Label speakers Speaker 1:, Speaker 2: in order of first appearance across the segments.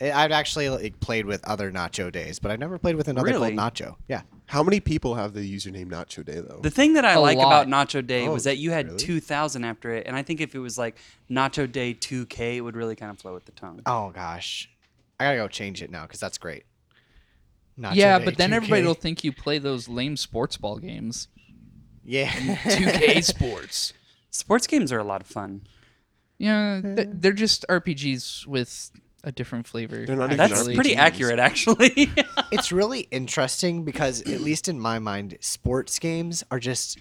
Speaker 1: Eh, I've actually like, played with other Nacho Days, but I've never played with another
Speaker 2: Really?
Speaker 1: called Nacho. Yeah.
Speaker 3: How many people have the username Nacho Day though?
Speaker 2: The thing that I like about
Speaker 4: lot.
Speaker 2: Nacho Day was that you had
Speaker 3: really?
Speaker 2: 2,000 after it, and I think if it was like Nacho Day 2K, it would really kind of flow with the tongue.
Speaker 1: Oh gosh, I gotta go change it now because that's great. Nacho
Speaker 4: yeah,
Speaker 1: Day,
Speaker 4: but then everybody
Speaker 1: 2K.
Speaker 4: will think you play those lame sports ball games.
Speaker 1: Yeah.
Speaker 4: 2K sports.
Speaker 2: Sports games are a lot of fun.
Speaker 4: Yeah, th- they're just RPGs with a different flavor.
Speaker 3: They're not even
Speaker 2: That's
Speaker 3: Actually,
Speaker 2: pretty
Speaker 3: games.
Speaker 2: accurate, actually.
Speaker 1: it's really interesting because at least in my mind sports games are just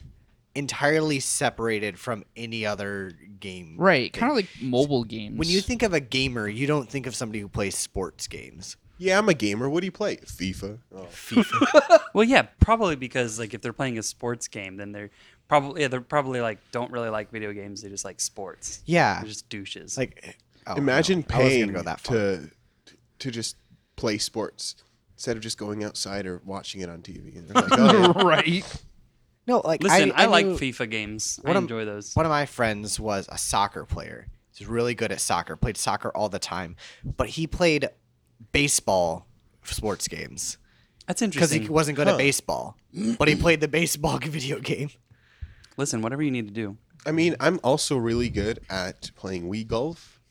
Speaker 1: entirely separated from any other game
Speaker 4: Right,
Speaker 1: thing.
Speaker 4: kind of like mobile games.
Speaker 1: when you think of a gamer you don't think of somebody who plays sports games
Speaker 3: yeah, I'm a gamer. What do you play? FIFA. Oh.
Speaker 2: well, yeah, probably because like if they're playing a sports game, then they're probably yeah, they're probably like don't really like video games. They just like sports.
Speaker 1: yeah
Speaker 2: They're just douches.
Speaker 1: like oh,
Speaker 3: Imagine
Speaker 1: no. I wasn't
Speaker 3: paying
Speaker 1: gonna go that far.
Speaker 3: to to just play sports instead of just going outside or watching it on TV. And they're like, oh, yeah.
Speaker 4: right.
Speaker 1: no like
Speaker 2: listen, I, like
Speaker 1: knew-
Speaker 2: FIFA games. I
Speaker 1: One of-
Speaker 2: enjoy those.
Speaker 1: One of my friends was a soccer player. He's really good at soccer, played soccer all the time, but he played baseball sports games
Speaker 2: That's
Speaker 1: because
Speaker 2: interesting.
Speaker 1: he wasn't good
Speaker 3: Huh.
Speaker 1: at baseball, but he played the baseball video game.
Speaker 2: listen, whatever you need to do.
Speaker 3: I mean, I'm also really good at playing Wii golf,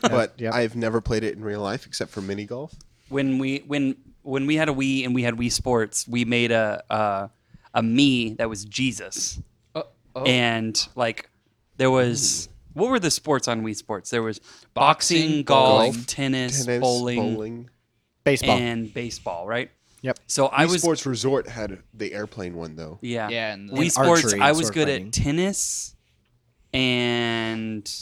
Speaker 3: but
Speaker 1: yeah.
Speaker 3: I've never played it in real life except for mini golf.
Speaker 2: when we when when we had a Wii and we had Wii Sports, we made a a, a me that was Jesus,
Speaker 4: Uh, oh.
Speaker 2: and like there was what were the sports on Wii Sports? There was boxing,
Speaker 4: Boxing,
Speaker 2: golf,
Speaker 4: golf,
Speaker 2: tennis,
Speaker 3: Tennis,
Speaker 2: bowling,
Speaker 3: bowling.
Speaker 1: Baseball.
Speaker 2: and baseball. Right.
Speaker 1: Yep.
Speaker 2: So I was
Speaker 3: Sports Resort had the airplane one though.
Speaker 2: yeah
Speaker 4: Yeah, and
Speaker 2: Wii
Speaker 4: and
Speaker 2: Sports.
Speaker 1: archery,
Speaker 2: I was
Speaker 1: sword
Speaker 2: good
Speaker 1: fighting.
Speaker 2: at tennis and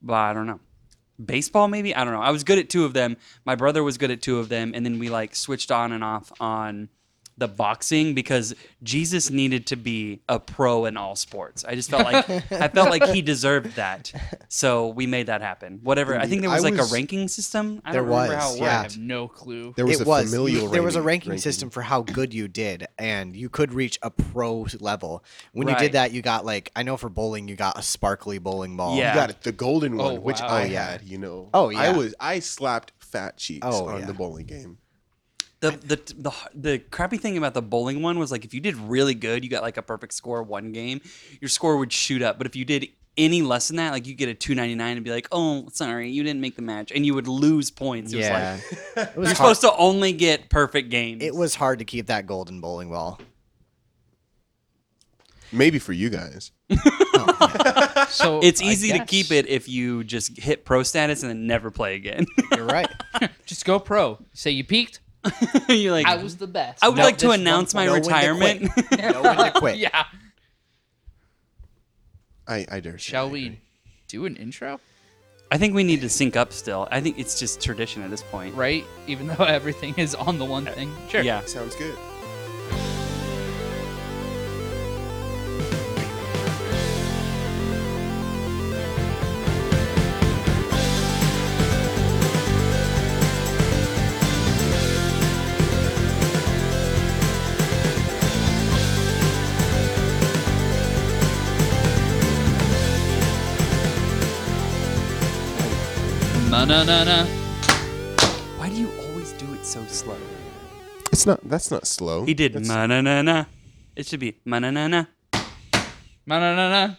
Speaker 2: but I don't know. Baseball maybe? I don't know. I was good at two of them. My brother was good at two of them and then we like switched on and off on the boxing because Jesus needed to be a pro in all sports. I just felt like I felt like he deserved that. So we made that happen. Whatever. I think there
Speaker 3: I
Speaker 2: was like
Speaker 3: was-
Speaker 2: a ranking system. I
Speaker 1: There
Speaker 2: don't remember how
Speaker 1: was,
Speaker 2: it
Speaker 1: yeah.
Speaker 4: I
Speaker 2: worked.
Speaker 4: have no clue.
Speaker 3: There was
Speaker 1: it
Speaker 3: a
Speaker 1: was
Speaker 3: familial.
Speaker 1: there was a ranking, system for how good you did, and you could reach a pro level. When you
Speaker 2: Right.
Speaker 1: did that, you got like I know for bowling, you got a sparkly bowling ball.
Speaker 2: Yeah.
Speaker 3: You got it, the golden one,
Speaker 4: Oh,
Speaker 3: which
Speaker 4: wow.
Speaker 3: I
Speaker 4: Oh,
Speaker 1: yeah.
Speaker 3: had. You know.
Speaker 1: Oh,
Speaker 3: I
Speaker 1: yeah.
Speaker 3: was I slapped fat cheeks
Speaker 1: Oh,
Speaker 3: on
Speaker 1: yeah.
Speaker 3: the bowling game.
Speaker 2: The, the the the crappy thing about the bowling one was like if you did really good, you got like a perfect score one game, your score would shoot up. But if you did any less than that, like you get a two ninety nine and be like, oh, sorry, you didn't make the match, and you would lose points. It
Speaker 1: yeah.
Speaker 2: was like,
Speaker 1: it was
Speaker 2: you're
Speaker 1: hard.
Speaker 2: supposed to only get perfect games.
Speaker 1: It was hard to keep that golden bowling ball.
Speaker 3: Maybe for you guys.
Speaker 4: So
Speaker 2: It's
Speaker 4: I
Speaker 2: easy to
Speaker 4: guess.
Speaker 2: keep it if you just hit pro status and then never play again.
Speaker 1: You're right.
Speaker 4: Just go pro. Say you peaked.
Speaker 2: you're like,
Speaker 4: I was the best.
Speaker 2: I would
Speaker 4: No,
Speaker 2: like to
Speaker 4: this
Speaker 2: announce my
Speaker 1: know when to quit.
Speaker 2: retirement.
Speaker 1: No one to
Speaker 4: one-
Speaker 1: quit.
Speaker 4: Yeah.
Speaker 3: I I dare. say
Speaker 4: Shall
Speaker 3: I
Speaker 4: we
Speaker 3: agree.
Speaker 4: do an intro?
Speaker 2: I think we need to sync up still. I think it's just tradition at this point.
Speaker 4: Right? Even though everything is on the one thing. Sure.
Speaker 2: Yeah.
Speaker 3: Sounds good.
Speaker 4: Na na na na.
Speaker 2: Why do you always do it so slow?
Speaker 3: It's not. That's not slow.
Speaker 2: He did ma na na na. It should be ma na na na.
Speaker 4: Ma na na na.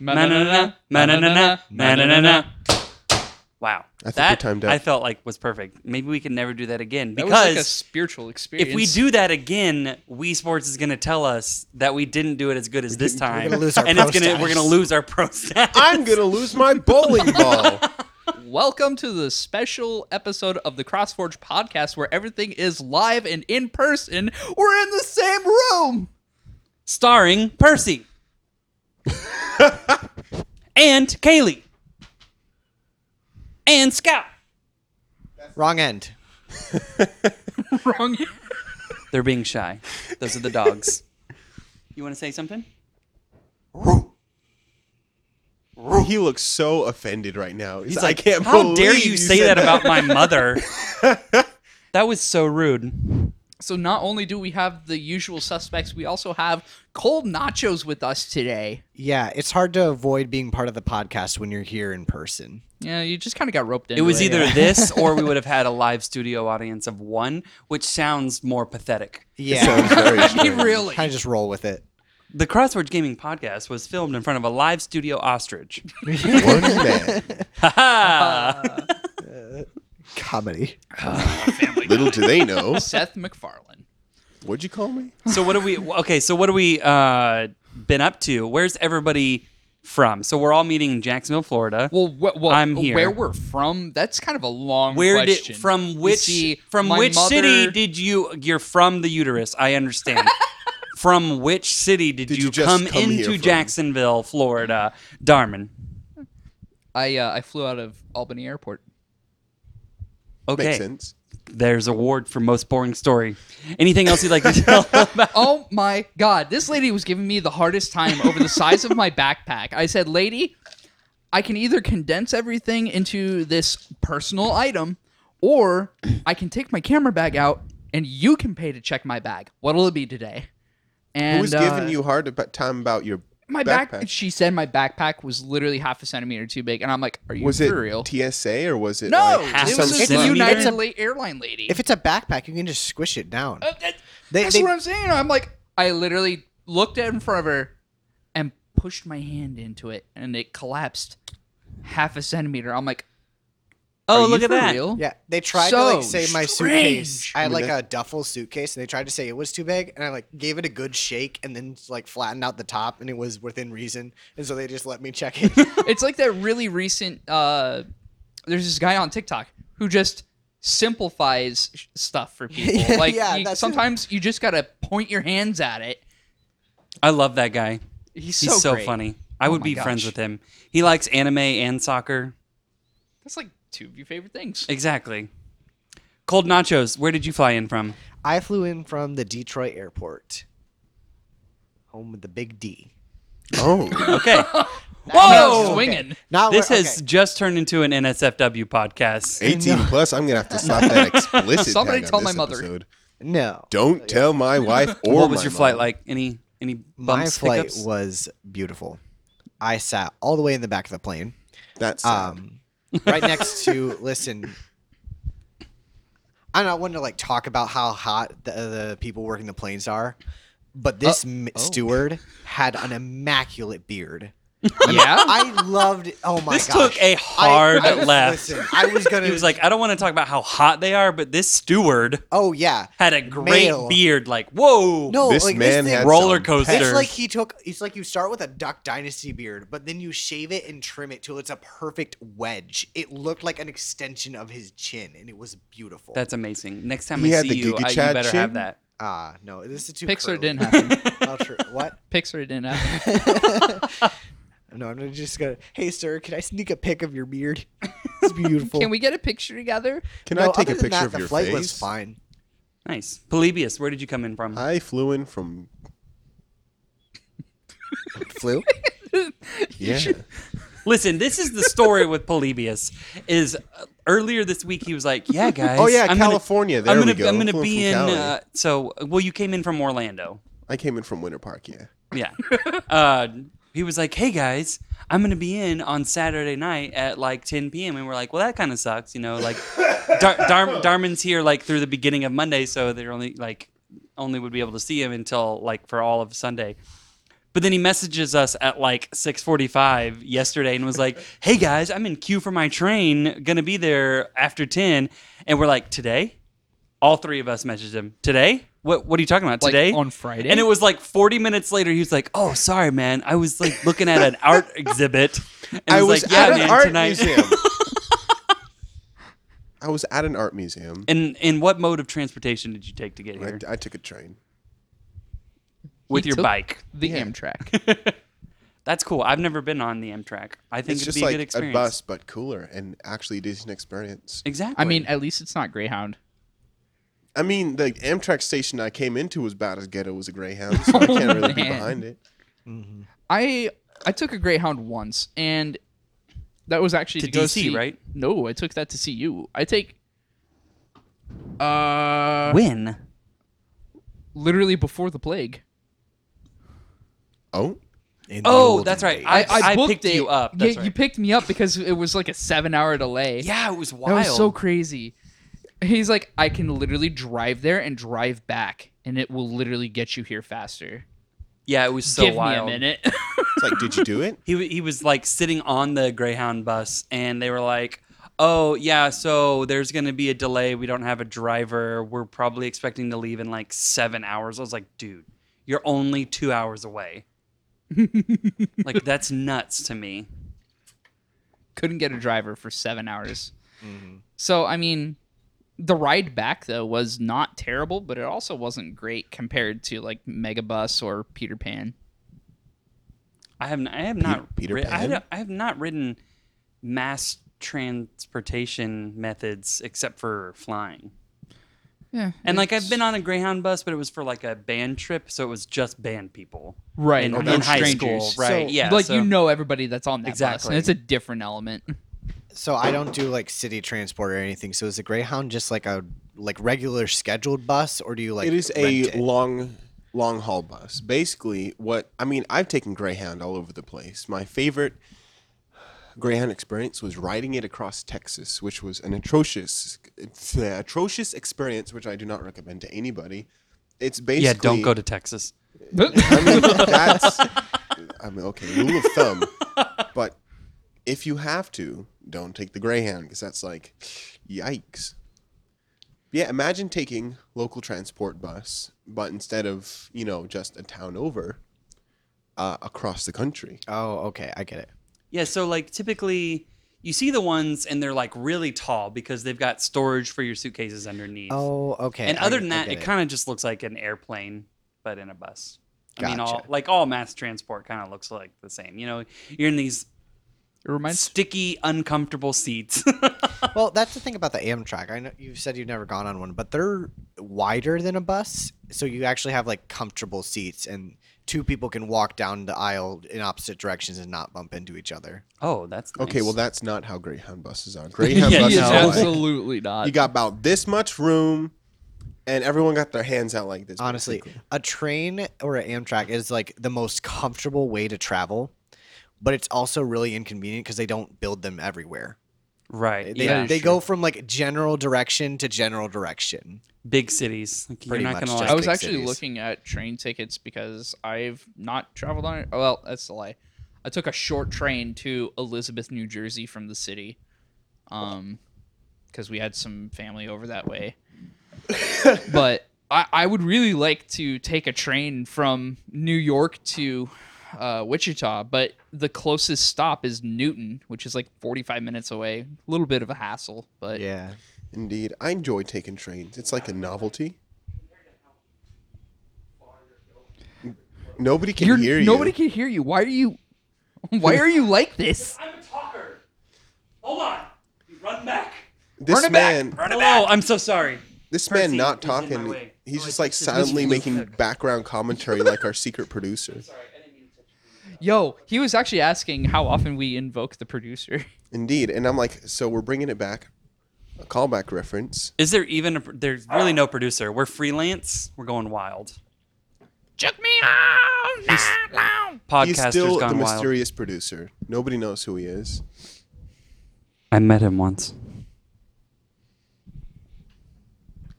Speaker 4: Ma na na na.
Speaker 2: Ma-na-na-na, ma-na-na-na, ma-na-na-na. Wow.
Speaker 3: I think
Speaker 2: that
Speaker 3: we timed out.
Speaker 2: I felt like was perfect. Maybe we can never do that again
Speaker 4: That
Speaker 2: because
Speaker 4: was like a spiritual experience.
Speaker 2: if we do that again, Wii Sports is going to tell us that we didn't do it as good as this time,
Speaker 1: gonna lose our
Speaker 2: and
Speaker 1: pro
Speaker 2: it's gonna we're
Speaker 1: status.
Speaker 2: going to lose our pro status.
Speaker 3: I'm gonna lose my bowling ball.
Speaker 4: Welcome to the special episode of the CrossForge podcast where everything is live and in person. We're in the same room.
Speaker 2: Starring Percy and Kaylee and Scout.
Speaker 1: Wrong end.
Speaker 4: Wrong.
Speaker 2: They're being shy. Those are the dogs. you want to say something?
Speaker 3: he looks so offended right now. He's,
Speaker 2: He's
Speaker 3: like,
Speaker 2: like,
Speaker 3: I can't
Speaker 2: How
Speaker 3: believe
Speaker 2: dare you say
Speaker 3: said
Speaker 2: that about my mother? that was so rude.
Speaker 4: So not only do we have the usual suspects, we also have cold nachos with us today.
Speaker 1: Yeah, it's hard to avoid being part of the podcast when you're here in person.
Speaker 4: Yeah, you just kind of got roped in.
Speaker 2: It was either this or we would have had a live studio audience of one, which sounds more pathetic.
Speaker 1: Yeah,
Speaker 4: really.
Speaker 1: kind of just roll with it.
Speaker 2: The Crosswords Gaming podcast was filmed in front of a live studio ostrich.
Speaker 3: One man.
Speaker 1: Comedy.
Speaker 3: Little do they know.
Speaker 4: Seth MacFarlane.
Speaker 3: What'd you call me?
Speaker 2: So what do we? Okay, so what do we uh, been up to? Where's everybody from? So we're all meeting in Jacksonville, Florida.
Speaker 4: Well, wh- well,
Speaker 2: I'm here.
Speaker 4: Where we're from? That's kind of a long
Speaker 2: Where
Speaker 4: question.
Speaker 2: did from
Speaker 4: You
Speaker 2: which
Speaker 4: see,
Speaker 2: from
Speaker 4: my
Speaker 2: which
Speaker 4: mother-
Speaker 2: city did you? You're from the uterus. I understand. from which city did,
Speaker 3: Did
Speaker 2: you,
Speaker 3: you just
Speaker 2: come,
Speaker 3: come here
Speaker 2: into
Speaker 3: from?
Speaker 2: Jacksonville, Florida, Darman?
Speaker 4: I uh, I flew out of Albany Airport.
Speaker 2: Okay,
Speaker 3: Makes sense.
Speaker 2: there's award for most boring story. Anything else you'd like to tell about?
Speaker 4: Oh my god, this lady was giving me the hardest time over the size of my backpack. I said, "Lady, I can either condense everything into this personal item or I can take my camera bag out and you can pay to check my bag. What'll it be today?" And
Speaker 3: Who was
Speaker 4: uh,
Speaker 3: giving you hard about time about your
Speaker 4: my back
Speaker 3: backpack?
Speaker 4: she said my backpack was literally half a centimeter too big and I'm like, "Are you
Speaker 3: was
Speaker 4: for
Speaker 3: it
Speaker 4: real?"
Speaker 3: TSA or was it
Speaker 4: no,
Speaker 3: like
Speaker 2: half
Speaker 4: it
Speaker 3: some
Speaker 4: was
Speaker 2: a
Speaker 4: a
Speaker 2: centimeter?
Speaker 4: United
Speaker 2: It's a-
Speaker 4: La- Airline lady.
Speaker 1: If it's a backpack, you can just squish it down.
Speaker 4: Uh, that-
Speaker 1: They-
Speaker 4: that's
Speaker 1: they-
Speaker 4: what I'm saying. I'm like, I literally looked at in front of her and pushed my hand into it, and it collapsed half a centimeter. I'm like,
Speaker 2: Oh,
Speaker 4: are
Speaker 2: look
Speaker 4: you
Speaker 2: at
Speaker 4: for
Speaker 2: that.
Speaker 4: Real?
Speaker 1: Yeah, they tried to like
Speaker 4: So
Speaker 1: say my
Speaker 4: strange.
Speaker 1: suitcase. I had like
Speaker 3: that-
Speaker 1: a duffel suitcase, and they tried to say it was too big, and I like gave it a good shake, and then like flattened out the top, and it was within reason, and so they just let me check it.
Speaker 4: it's like that really recent. Uh, there's this guy on TikTok who just simplifies sh- stuff for people.
Speaker 1: Yeah,
Speaker 4: like
Speaker 1: yeah,
Speaker 4: you-
Speaker 1: that's it.
Speaker 4: sometimes you just gotta point your hands at it.
Speaker 2: I love that guy.
Speaker 4: He's so,
Speaker 2: He's so,
Speaker 4: great. Oh
Speaker 2: funny. I would
Speaker 4: my
Speaker 2: be friends
Speaker 4: gosh.
Speaker 2: with him. He likes anime and soccer.
Speaker 4: That's like two of your favorite things.
Speaker 2: Exactly. Cold nachos. Where did you fly in from?
Speaker 1: I flew in from the Detroit airport, home with the big D.
Speaker 3: Oh,
Speaker 2: Okay.
Speaker 4: Oh,
Speaker 2: Whoa!
Speaker 4: swinging.
Speaker 1: Now
Speaker 2: This
Speaker 1: we're-
Speaker 2: has
Speaker 1: okay.
Speaker 2: just turned into an NSFW podcast.
Speaker 3: 18 plus. I'm gonna have to stop that explicit.
Speaker 4: Somebody
Speaker 3: tag on
Speaker 4: tell my
Speaker 3: this
Speaker 4: mother.
Speaker 3: episode.
Speaker 1: no.
Speaker 3: Don't tell my wife or
Speaker 2: What was
Speaker 3: my
Speaker 2: your flight
Speaker 3: mom.
Speaker 2: like? Any any bumps?
Speaker 1: My flight
Speaker 2: hiccups?
Speaker 1: was beautiful. I sat all the way in the back of the plane,
Speaker 3: That's sad.
Speaker 1: um, right next to. Listen, I'm not one to like talk about how hot the, uh, the people working the planes are,
Speaker 2: Uh,
Speaker 1: but this m-
Speaker 2: oh.
Speaker 1: steward had an immaculate beard.
Speaker 4: Yeah.
Speaker 1: I loved. Oh my
Speaker 2: This
Speaker 1: gosh!
Speaker 2: took a
Speaker 1: I-
Speaker 2: hard
Speaker 1: I was-
Speaker 2: left.
Speaker 1: Listen, I was gonna.
Speaker 2: He was like, I don't want to talk about how hot they are, but this steward
Speaker 1: "Oh yeah."
Speaker 2: had a great
Speaker 1: Male.
Speaker 2: beard. Like, whoa!
Speaker 1: No,
Speaker 3: this
Speaker 1: like
Speaker 3: man
Speaker 1: this thing
Speaker 3: had
Speaker 2: roller
Speaker 3: some
Speaker 2: coaster.
Speaker 3: pep.
Speaker 1: It's
Speaker 2: Sure.
Speaker 1: like he took. It's like you start with a Duck Dynasty beard, but then you shave it and trim it till it's a perfect wedge. It looked like an extension of his chin, and it was beautiful.
Speaker 2: that's amazing. Next time
Speaker 3: He
Speaker 2: I
Speaker 3: had
Speaker 2: see
Speaker 3: the
Speaker 2: you,
Speaker 3: Giga
Speaker 2: I, you
Speaker 3: Chad
Speaker 2: better
Speaker 3: chin?
Speaker 2: have that.
Speaker 1: ah no, this is too.
Speaker 4: Pixar
Speaker 1: curly.
Speaker 4: didn't happen.
Speaker 1: Not true. What?
Speaker 4: Pixar didn't happen.
Speaker 1: No, I'm just gonna. Hey, sir, can I sneak a pic of your beard? It's beautiful.
Speaker 4: Can we get a picture together?
Speaker 3: Can
Speaker 1: No,
Speaker 3: I take
Speaker 1: other
Speaker 3: a
Speaker 1: than
Speaker 3: picture
Speaker 1: that,
Speaker 3: of
Speaker 1: the
Speaker 3: your
Speaker 1: flight
Speaker 3: face?
Speaker 1: was fine.
Speaker 2: Nice. Polybius, where did you come in from?
Speaker 3: I flew in from
Speaker 1: Flew.
Speaker 3: yeah.
Speaker 2: Listen, this is the story with Polybius. Is uh, earlier this week he was like, "Yeah, guys.
Speaker 3: Oh, yeah,
Speaker 2: I'm
Speaker 3: California.
Speaker 2: Gonna, I'm
Speaker 3: There
Speaker 2: gonna,
Speaker 3: we
Speaker 2: I'm
Speaker 3: go.
Speaker 2: gonna
Speaker 3: Flew
Speaker 2: be in.
Speaker 3: from Cali.
Speaker 2: Uh, so, well, you came in from Orlando.
Speaker 3: I came in from Winter Park. Yeah.
Speaker 2: Yeah. uh, he was like, "Hey guys, I'm gonna be in on Saturday night at like 10 p.m." And we're like, "Well, that kind of sucks, you know. Like, Dar- Dar- Darman's here like through the beginning of Monday, so they're only like only would be able to see him until like for all of Sunday." But then he messages us at like 6:45 yesterday and was like, "Hey guys, I'm in queue for my train, gonna be there after 10." And we're like, "Today?" All three of us messaged him. "Today? What what are you talking about?
Speaker 4: Like,
Speaker 2: Today?"
Speaker 4: on Friday?
Speaker 2: And it was like 40 minutes later he was like, "Oh, sorry man. I was like looking at an art exhibit." And
Speaker 3: I was,
Speaker 2: like,
Speaker 3: at
Speaker 2: "Yeah,
Speaker 3: an
Speaker 2: man,
Speaker 3: art
Speaker 2: tonight."
Speaker 3: museum. I was at an art museum.
Speaker 2: And and what mode of transportation did you take to get here?
Speaker 3: I, I took a train.
Speaker 2: With
Speaker 4: He
Speaker 2: your
Speaker 4: took
Speaker 2: bike.
Speaker 4: The Amtrak.
Speaker 2: That's cool. I've never been on the Amtrak. I think
Speaker 3: It's
Speaker 2: it'd
Speaker 3: just
Speaker 2: be a
Speaker 3: like
Speaker 2: good
Speaker 3: a
Speaker 2: experience.
Speaker 3: bus, but cooler and actually a decent experience.
Speaker 2: Exactly.
Speaker 4: I mean, at least it's not Greyhound.
Speaker 3: I mean, the Amtrak station I came into was about as ghetto as a Greyhound, so I can't really be
Speaker 4: man.
Speaker 3: behind it.
Speaker 4: I I took a Greyhound once, and that was actually
Speaker 2: To
Speaker 4: to, go
Speaker 2: DC,
Speaker 4: see-
Speaker 2: right?
Speaker 4: No, I took that to see you. I take. Uh,
Speaker 2: when?
Speaker 4: literally before the plague.
Speaker 3: Oh,
Speaker 1: In the
Speaker 2: Oh,
Speaker 1: olden
Speaker 2: that's right.
Speaker 1: days.
Speaker 2: I, I,
Speaker 4: booked
Speaker 2: picked
Speaker 4: it.
Speaker 2: you up.
Speaker 4: Yeah,
Speaker 2: That's
Speaker 4: you
Speaker 2: right.
Speaker 4: picked me up because it was like a seven-hour delay.
Speaker 2: yeah, it was
Speaker 4: that
Speaker 2: wild.
Speaker 4: was so crazy. He's like, I can literally drive there and drive back, and it will literally get you here faster.
Speaker 2: yeah, it was so
Speaker 4: Give
Speaker 2: wild.
Speaker 4: me a minute.
Speaker 3: it's like, did you do it?
Speaker 2: He w- he was like sitting on the Greyhound bus, and they were like, "Oh yeah, so there's gonna be a delay. We don't have a driver. We're probably expecting to leave in like seven hours." I was like, "Dude, you're only two hours away. like that's nuts to me."
Speaker 4: Couldn't get a driver for seven hours.
Speaker 2: Mm-hmm.
Speaker 4: So I mean, the ride back though was not terrible, but it also wasn't great compared to like Megabus or Peter Pan.
Speaker 2: I have n- I have not
Speaker 3: Peter
Speaker 2: ri- I,
Speaker 3: Pan?
Speaker 2: don't- I have not ridden mass transportation methods except for flying.
Speaker 4: Yeah,
Speaker 2: And like I've been on a Greyhound bus, but it was for like a band trip, so it was just band people.
Speaker 4: right
Speaker 2: in,
Speaker 3: Oh,
Speaker 2: in
Speaker 3: no
Speaker 2: high
Speaker 4: strangers.
Speaker 2: school, right?
Speaker 1: So,
Speaker 2: yeah,
Speaker 4: like
Speaker 2: so-
Speaker 4: you know everybody that's on that bus,
Speaker 2: Exactly.
Speaker 4: and it's a different element.
Speaker 1: So I don't do like city transport or anything. So is the Greyhound just like a like regular scheduled bus, or do you like?
Speaker 3: it is a
Speaker 1: rent it?
Speaker 3: long long haul bus basically what i mean i've taken greyhound all over the place my favorite greyhound experience was riding it across texas which was an atrocious atrocious experience which i do not recommend to anybody it's basically
Speaker 2: yeah, don't go to Texas.
Speaker 3: I mean, that's. I mean, okay, rule of thumb. But if you have to, don't take the Greyhound because that's like, yikes. Yeah, imagine taking local transport bus, but instead of you know just a town over, uh, across the country.
Speaker 1: Oh, okay, I get it.
Speaker 2: Yeah, so like typically you see the ones and they're like really tall because they've got storage for your suitcases underneath.
Speaker 1: Oh, okay.
Speaker 2: and
Speaker 1: I
Speaker 2: other
Speaker 1: get-
Speaker 2: than
Speaker 1: I
Speaker 2: that,
Speaker 1: get
Speaker 2: it kind of just looks like an airplane, but in a bus. I mean, all
Speaker 1: Gotcha.
Speaker 2: like all mass transport kind of looks like the same. You know, you're in these
Speaker 4: It reminds
Speaker 2: sticky, uncomfortable seats.
Speaker 1: Well, that's the thing about the Amtrak. I know you've said you've never gone on one, but they're wider than a bus, so you actually have like comfortable seats, and two people can walk down the aisle in opposite directions and not bump into each other.
Speaker 2: oh, that's nice.
Speaker 3: Okay, well that's not how Greyhound buses are. Greyhound
Speaker 2: Yeah,
Speaker 3: buses
Speaker 2: no.
Speaker 3: are like,
Speaker 4: absolutely not.
Speaker 3: you got about this much room, and everyone got their hands out like this.
Speaker 1: Honestly,
Speaker 3: basically.
Speaker 1: a train or an Amtrak is like the most comfortable way to travel, but it's also really inconvenient because they don't build them everywhere.
Speaker 2: right?
Speaker 1: They,
Speaker 2: yeah,
Speaker 1: they go from like general direction to general direction.
Speaker 2: big cities. Like, you're
Speaker 1: Pretty
Speaker 2: not
Speaker 1: much
Speaker 2: gonna
Speaker 1: just
Speaker 2: like.
Speaker 4: I was
Speaker 1: big
Speaker 4: actually
Speaker 1: cities.
Speaker 4: looking at train tickets because I've not traveled on it. oh, Well, that's a lie. I took a short train to Elizabeth, New Jersey from the city, um, because we had some family over that way. but I, I would really like to take a train from New York to uh, Wichita, but the closest stop is Newton, which is like 45 minutes away. A little bit of a hassle, but
Speaker 1: Yeah.
Speaker 3: Indeed, I enjoy taking trains. It's like a novelty. N- Nobody can
Speaker 4: You're-
Speaker 3: hear you.
Speaker 4: nobody can hear you. Why are you? Why are you like this?
Speaker 2: I'm a talker. Hold on. Run back.
Speaker 3: This man,
Speaker 2: Hello. I'm so sorry.
Speaker 3: this
Speaker 2: Percy,
Speaker 3: man, not
Speaker 2: he's in my
Speaker 3: talking.
Speaker 2: way.
Speaker 3: He's
Speaker 2: Oh,
Speaker 3: just
Speaker 2: I
Speaker 3: like
Speaker 2: just-
Speaker 3: silently
Speaker 2: this is-
Speaker 3: making background commentary, like our secret producer.
Speaker 4: Yo, he was actually asking how often we invoke the producer.
Speaker 3: Indeed, and I'm like, so we're bringing it back, a callback reference.
Speaker 2: Is there even a? pr- There's really no producer. We're freelance. We're going wild.
Speaker 4: Check me out now.
Speaker 3: He's
Speaker 2: Podcasters
Speaker 3: still the
Speaker 2: gone wild.
Speaker 3: mysterious producer. Nobody knows who he is.
Speaker 2: I met him once.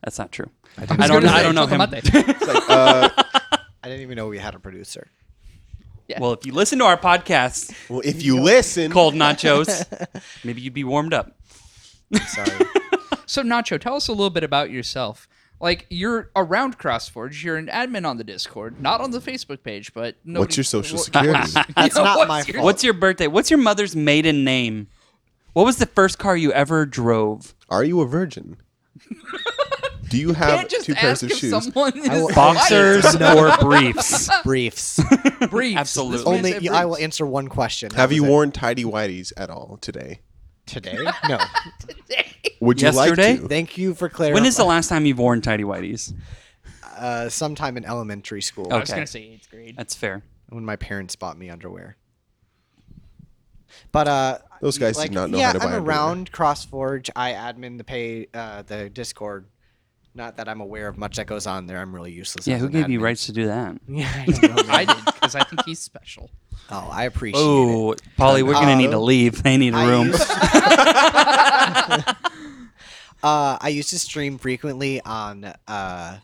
Speaker 2: That's not true. I, don't.
Speaker 4: gonna
Speaker 2: I
Speaker 4: say,
Speaker 2: don't know him.
Speaker 4: Chocolate.
Speaker 3: It's like, uh,
Speaker 1: I didn't even know we had a producer.
Speaker 2: Well, if you listen to our podcast,
Speaker 3: well, if you listen,
Speaker 2: Cold Nachos, maybe you'd be warmed up.
Speaker 1: Sorry.
Speaker 4: So Nacho, tell us a little bit about yourself. Like you're around CrossForge, you're an admin on the Discord, not on the Facebook page, but nobody,
Speaker 3: what's your social
Speaker 4: Wha-
Speaker 3: security?
Speaker 1: That's
Speaker 4: Yo,
Speaker 1: not
Speaker 4: what's
Speaker 1: my
Speaker 4: your-
Speaker 1: fault.
Speaker 2: What's your birthday? What's your mother's maiden name? What was the first car you ever drove?
Speaker 3: Are you a virgin? Do you
Speaker 4: You
Speaker 3: have
Speaker 4: can't just
Speaker 3: two pairs
Speaker 4: ask
Speaker 3: of
Speaker 4: if
Speaker 3: shoes?
Speaker 4: someone is
Speaker 1: will-
Speaker 4: white.
Speaker 2: Boxers or briefs?
Speaker 1: Briefs.
Speaker 4: Briefs. This
Speaker 2: Absolutely.
Speaker 4: man
Speaker 1: Only
Speaker 4: said
Speaker 1: yeah, I
Speaker 4: briefs.
Speaker 1: will answer one question. That
Speaker 3: Have you
Speaker 1: was it.
Speaker 3: worn tidy whities at all today?
Speaker 1: today? No.
Speaker 3: Would you
Speaker 2: Yesterday?
Speaker 3: like to?
Speaker 1: Thank you for clarifying.
Speaker 2: When is the last time you've worn tidy whities?
Speaker 1: uh, sometime in elementary school
Speaker 4: I was
Speaker 2: Okay.
Speaker 4: gonna say eighth grade.
Speaker 2: That's fair.
Speaker 1: when my parents bought me underwear. But uh,
Speaker 3: Those guys did not know
Speaker 1: yeah,
Speaker 3: how to buy
Speaker 1: I'm
Speaker 3: underwear.
Speaker 1: around CrossForge. I admin the pay uh, the Discord. Not that I'm aware of much that goes on there. I'm really useless.
Speaker 2: Yeah,
Speaker 1: as
Speaker 2: who
Speaker 1: an
Speaker 2: gave you
Speaker 1: admin.
Speaker 2: rights to do that?
Speaker 1: Yeah, I don't know,
Speaker 4: I
Speaker 1: man.
Speaker 4: did because I think he's special.
Speaker 1: oh, I appreciate it.
Speaker 2: Oh, Polly, we're gonna need to
Speaker 1: Uh,
Speaker 2: leave. They need a
Speaker 1: I
Speaker 2: room.
Speaker 1: used- uh, I used to stream frequently on uh,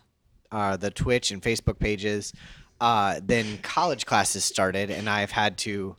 Speaker 1: uh, the Twitch and Facebook pages. Uh, then college classes started, and I've had to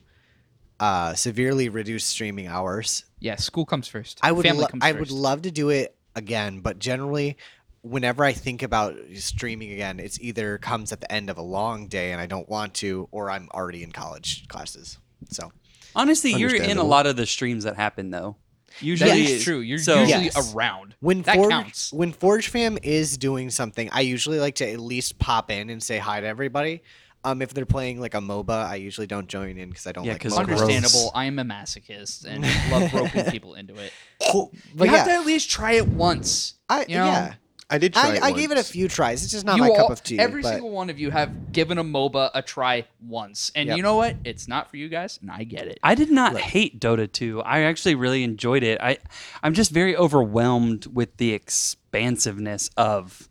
Speaker 1: uh, severely reduce streaming hours.
Speaker 4: Yeah, school comes first.
Speaker 1: I would,
Speaker 4: Family
Speaker 1: lo-
Speaker 4: comes
Speaker 1: I
Speaker 4: first.
Speaker 1: would love to do it again, but generally, whenever I think about streaming again, it's either comes at the end of a long day and I don't want to, or I'm already in college classes. So
Speaker 2: Honestly, you're in a
Speaker 3: Understandable.
Speaker 2: lot of the streams that happen though. Usually,
Speaker 4: That
Speaker 1: That
Speaker 4: is
Speaker 2: it's-
Speaker 4: true. You're
Speaker 2: so
Speaker 4: usually
Speaker 1: Yes.
Speaker 4: around.
Speaker 1: when
Speaker 4: that
Speaker 1: Forge
Speaker 4: counts.
Speaker 1: when Forge Fam is doing something, I usually like to at least pop in and say hi to everybody. Um, if they're playing like a MOBA, I usually don't join in because I don't
Speaker 2: Yeah,
Speaker 1: like
Speaker 2: 'cause
Speaker 1: MOBAs.
Speaker 4: Understandable. I am a masochist and love roping people into it.
Speaker 1: But
Speaker 4: you
Speaker 1: yeah,
Speaker 4: have to at least try it once.
Speaker 1: I
Speaker 4: you know,
Speaker 1: yeah,
Speaker 3: I did try
Speaker 1: I,
Speaker 3: it
Speaker 1: I gave it a
Speaker 3: once.
Speaker 1: few tries. It's just not
Speaker 4: you
Speaker 1: my
Speaker 4: all-
Speaker 1: cup of tea.
Speaker 4: Every
Speaker 1: but
Speaker 4: single one of you have given a MOBA a try once, and
Speaker 1: Yep.
Speaker 4: you know what? It's not for you guys, and I get it.
Speaker 2: I did not hate Dota 2. I actually really enjoyed it. I I'm just very overwhelmed with the expansiveness of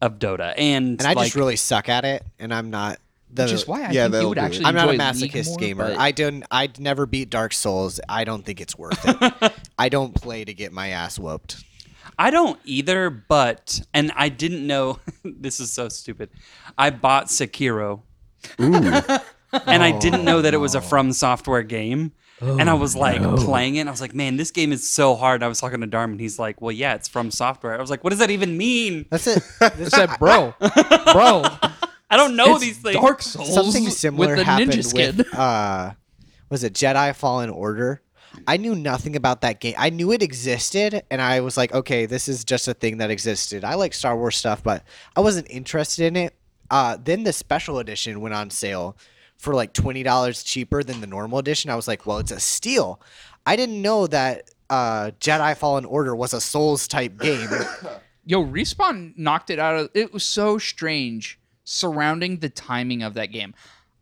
Speaker 2: of Dota and,
Speaker 1: and I
Speaker 2: like,
Speaker 1: just really suck at it, and I'm not the.
Speaker 4: Which is why I
Speaker 3: Yeah,
Speaker 4: think you
Speaker 3: that'll
Speaker 4: would
Speaker 3: do it.
Speaker 4: actually.
Speaker 1: I'm not a
Speaker 4: enjoy League
Speaker 1: masochist
Speaker 4: more,
Speaker 1: gamer.
Speaker 4: but-
Speaker 1: I don't. I'd never beat Dark Souls. I don't think it's worth it. I don't play to get my ass whooped.
Speaker 2: I don't either, but and I didn't know this is so stupid. I bought Sekiro. and I didn't know that it was a from software game. and I was like playing it and I was like, man, this game is so hard. And I was talking to Darm and he's like, Well, yeah, it's from software. I was like, what does that even mean?
Speaker 1: That's it.
Speaker 4: I said, bro, bro,
Speaker 2: I don't know
Speaker 4: it's
Speaker 2: these things.
Speaker 4: Dark Souls
Speaker 1: something similar
Speaker 4: with the
Speaker 1: happened
Speaker 4: ninja skin.
Speaker 1: with uh was it Jedi Fallen Order? I knew nothing about that game. I knew it existed and I was like, okay, this is just a thing that existed. I like Star Wars stuff, but I wasn't interested in it. Uh then the special edition went on sale for like $20 cheaper than the normal edition. I was like, well, it's a steal. I didn't know that uh Jedi Fallen Order was a Souls type game.
Speaker 4: Yo, respawn knocked it out of. It was so strange surrounding the timing of that game.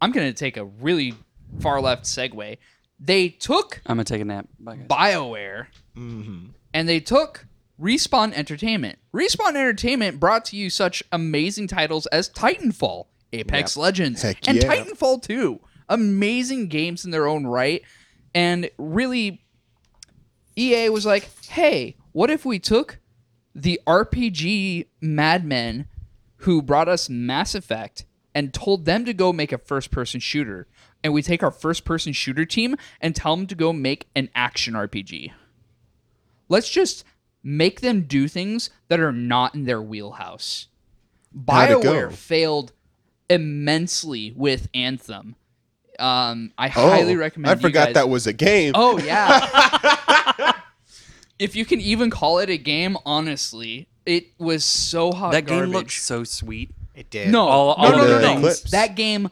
Speaker 4: I'm gonna take a really far left segue. They took
Speaker 2: I'm gonna take a nap. Bye, guys.
Speaker 4: BioWare
Speaker 3: Mm-hmm.
Speaker 4: and they took Respawn Entertainment. Respawn Entertainment brought to you such amazing titles as Titanfall, Apex Legends,
Speaker 3: Heck
Speaker 4: and
Speaker 3: yeah.
Speaker 4: Titanfall 2. Amazing games in their own right. And really, EA was like, hey, what if we took the RPG madmen who brought us Mass Effect and told them to go make a first person shooter? And we take our first person shooter team and tell them to go make an action RPG let's just make them do things that are not in their wheelhouse.
Speaker 3: How'd it go?
Speaker 4: BioWare failed immensely with Anthem. Um, I highly recommend.
Speaker 3: Oh, I forgot
Speaker 4: you guys.
Speaker 3: that was a game.
Speaker 4: Oh yeah. if you can even call it a game, honestly, it was so hot
Speaker 2: that
Speaker 4: garbage.
Speaker 2: game looks so sweet.
Speaker 1: It did.
Speaker 4: no,
Speaker 2: all- all
Speaker 4: no, no,
Speaker 2: of
Speaker 4: no,
Speaker 2: the
Speaker 4: no.
Speaker 3: clips.
Speaker 4: That game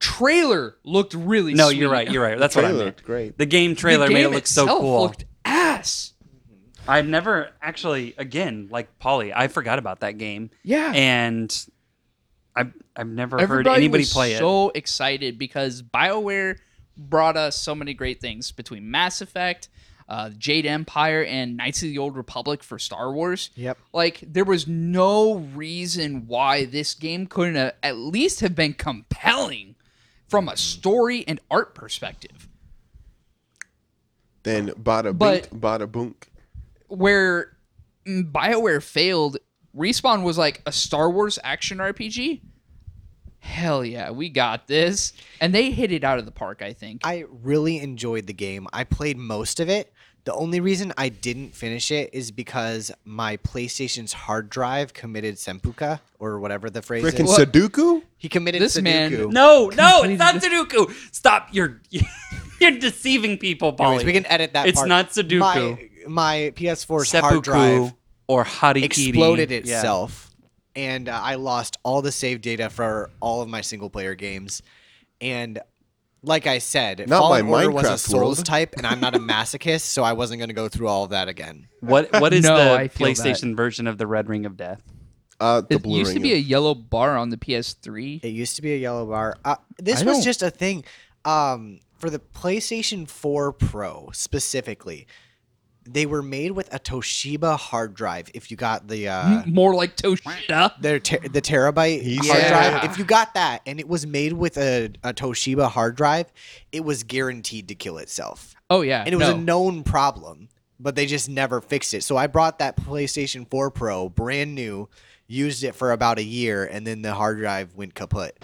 Speaker 4: trailer looked really.
Speaker 2: No,
Speaker 4: sweet.
Speaker 2: you're right. You're right. That's what I
Speaker 3: Trailer
Speaker 2: meant.
Speaker 3: looked great.
Speaker 2: The game
Speaker 4: The
Speaker 2: trailer made it
Speaker 4: game
Speaker 2: look so
Speaker 4: itself
Speaker 2: cool.
Speaker 4: Looked ass.
Speaker 2: I've never actually, again, like Polly, I forgot about that game.
Speaker 4: Yeah.
Speaker 2: And I've, I've never heard
Speaker 4: Everybody
Speaker 2: anybody
Speaker 4: was
Speaker 2: play it.
Speaker 4: so excited because BioWare brought us so many great things between Mass Effect, uh, Jade Empire, and Knights of the Old Republic for Star Wars.
Speaker 1: Yep.
Speaker 4: Like there was no reason why this game couldn't have, at least have been compelling from a story and art perspective.
Speaker 3: Then bada
Speaker 4: But-
Speaker 3: bink, bada boonk.
Speaker 4: where mm, BioWare failed, Respawn was like a Star Wars action RPG. Hell yeah, we got this. And they hit it out of the park, I think.
Speaker 1: I really enjoyed the game. I played most of it. The only reason I didn't finish it is because my PlayStation's hard drive committed sempuka or whatever the phrase
Speaker 3: Freaking
Speaker 1: is.
Speaker 3: Sudoku?
Speaker 1: He committed
Speaker 4: This man-
Speaker 1: Sudoku.
Speaker 2: No, no, it's not Sudoku. Stop. You're you're deceiving people, Polly.
Speaker 1: Anyways, we can edit that
Speaker 2: It's
Speaker 1: part.
Speaker 2: not
Speaker 1: My,
Speaker 2: Sudoku.
Speaker 1: my PS4's hard
Speaker 2: Seppuku
Speaker 1: drive
Speaker 2: or Harikiri.
Speaker 1: exploded
Speaker 2: Yeah.
Speaker 1: itself, and uh, I lost all the save data for all of my single player games. And like I said,
Speaker 3: Not
Speaker 1: Fallen
Speaker 3: my
Speaker 1: Order was a
Speaker 3: Minecraft
Speaker 1: Souls
Speaker 3: world.
Speaker 1: type, and I'm not a masochist, so I wasn't going to go through all of that again.
Speaker 2: What what is
Speaker 4: No,
Speaker 2: the
Speaker 4: I feel that.
Speaker 2: PlayStation version of the Red Ring of Death?
Speaker 3: Uh, the
Speaker 4: It
Speaker 3: blue
Speaker 4: used to
Speaker 3: ring.
Speaker 4: be a yellow bar on the PS3.
Speaker 1: It used to be a yellow bar. Uh, this
Speaker 4: I
Speaker 1: was
Speaker 4: don't-
Speaker 1: just a thing um, for the PlayStation 4 Pro specifically. they were made with a Toshiba hard drive. If you got the uh,
Speaker 4: M- More like Toshida.
Speaker 1: their ter- the terabyte hard
Speaker 4: Yeah.
Speaker 1: drive, if you got that and it was made with a, a Toshiba hard drive, it was guaranteed to kill itself.
Speaker 4: Oh yeah,
Speaker 1: And it was
Speaker 4: no.
Speaker 1: a known problem, but they just never fixed it. So I brought that PlayStation 4 Pro brand new, used it for about a year, and then the hard drive went kaput.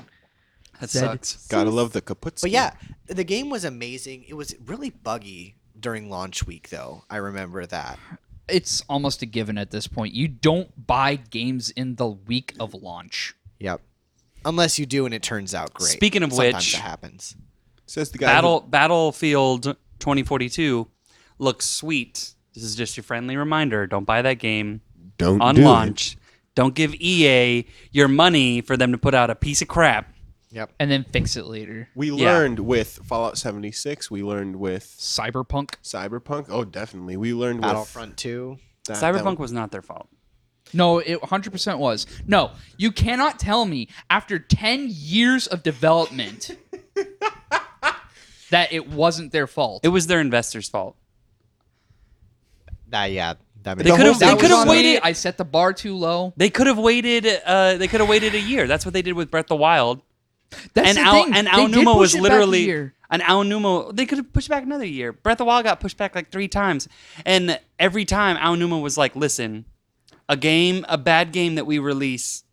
Speaker 2: That
Speaker 4: Dead.
Speaker 2: sucks.
Speaker 3: Gotta love the kaputs.
Speaker 1: But yeah, the game was amazing. It was really buggy during launch week, though. I remember that.
Speaker 4: It's almost a given at this point. You don't buy games in the week of launch.
Speaker 1: Yep. Unless you do, and it turns out great.
Speaker 2: Speaking of
Speaker 1: Sometimes
Speaker 2: which-
Speaker 1: it happens.
Speaker 3: says the guy. who-
Speaker 2: Battle Battlefield 2042 looks sweet. This is just your friendly reminder. Don't buy that game
Speaker 3: don't
Speaker 2: on
Speaker 3: do
Speaker 2: launch. Don't give EA your money for them to put out a piece of crap.
Speaker 1: Yep.
Speaker 4: and then fix it later.
Speaker 3: It. We
Speaker 2: Yeah.
Speaker 3: learned with Fallout 76. We learned with
Speaker 4: Cyberpunk.
Speaker 3: Cyberpunk. Oh, definitely. We learned with
Speaker 1: Battlefront 2.
Speaker 3: that- that
Speaker 2: Cyberpunk
Speaker 3: one.
Speaker 2: was not their fault.
Speaker 4: No, it 100% was. No, you cannot tell me after 10 years of development that it wasn't their fault.
Speaker 2: It was their investors' fault.
Speaker 1: That, yeah. That
Speaker 2: They
Speaker 1: makes
Speaker 2: could've-
Speaker 1: sense.
Speaker 2: they
Speaker 4: That was
Speaker 2: could've
Speaker 4: on me.
Speaker 2: waited-
Speaker 4: I set the bar too low.
Speaker 2: They could have waited. Uh, they could have waited a year. That's what they did with Breath of the Wild.
Speaker 4: That's
Speaker 2: and
Speaker 4: the
Speaker 2: Al
Speaker 4: thing.
Speaker 2: and
Speaker 4: They did
Speaker 2: Alnuma
Speaker 4: push
Speaker 2: was
Speaker 4: it back a
Speaker 2: literally
Speaker 4: year.
Speaker 2: and Alnuma. They could have pushed back another year. Breath of the Wild got pushed back like three times, and every time Alnuma was like, "Listen, a game, a bad game that we release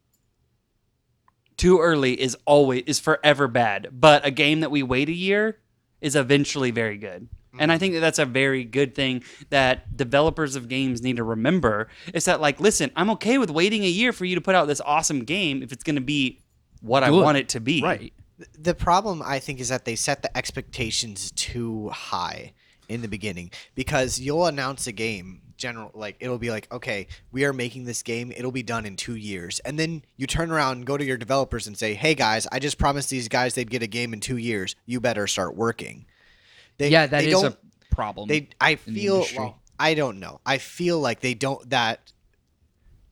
Speaker 2: too early is always is forever bad, but a game that we wait a year is eventually very good." And I think that that's a very good thing that developers of games need to remember is that like, listen, I'm okay with waiting a year for you to put out this awesome game if it's going to be what I
Speaker 4: Good.
Speaker 2: want it to be.
Speaker 4: Right.
Speaker 1: the problem I think is that they set the expectations too high in the beginning because you'll announce a game general like it'll be like okay we are making this game it'll be done in 2 years and then you turn around and go to your developers and say hey guys I just promised these guys they'd get a game in 2 years you better start working they,
Speaker 4: Yeah, that
Speaker 1: they
Speaker 4: is a
Speaker 1: don't-
Speaker 4: problem.
Speaker 1: they I
Speaker 4: in the
Speaker 1: feel
Speaker 4: industry.
Speaker 1: well, I don't know I feel like they don't that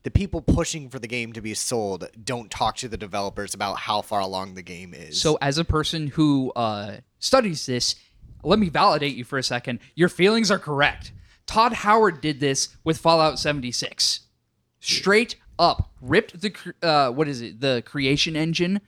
Speaker 1: the people pushing for the game to be sold don't talk to the developers about how far along the game is
Speaker 4: so as a person who uh, studies this, let me validate you for a second. Your feelings are correct. Todd Howard did this with Fallout 76. Straight up ripped the cr- uh, what is it? The creation engine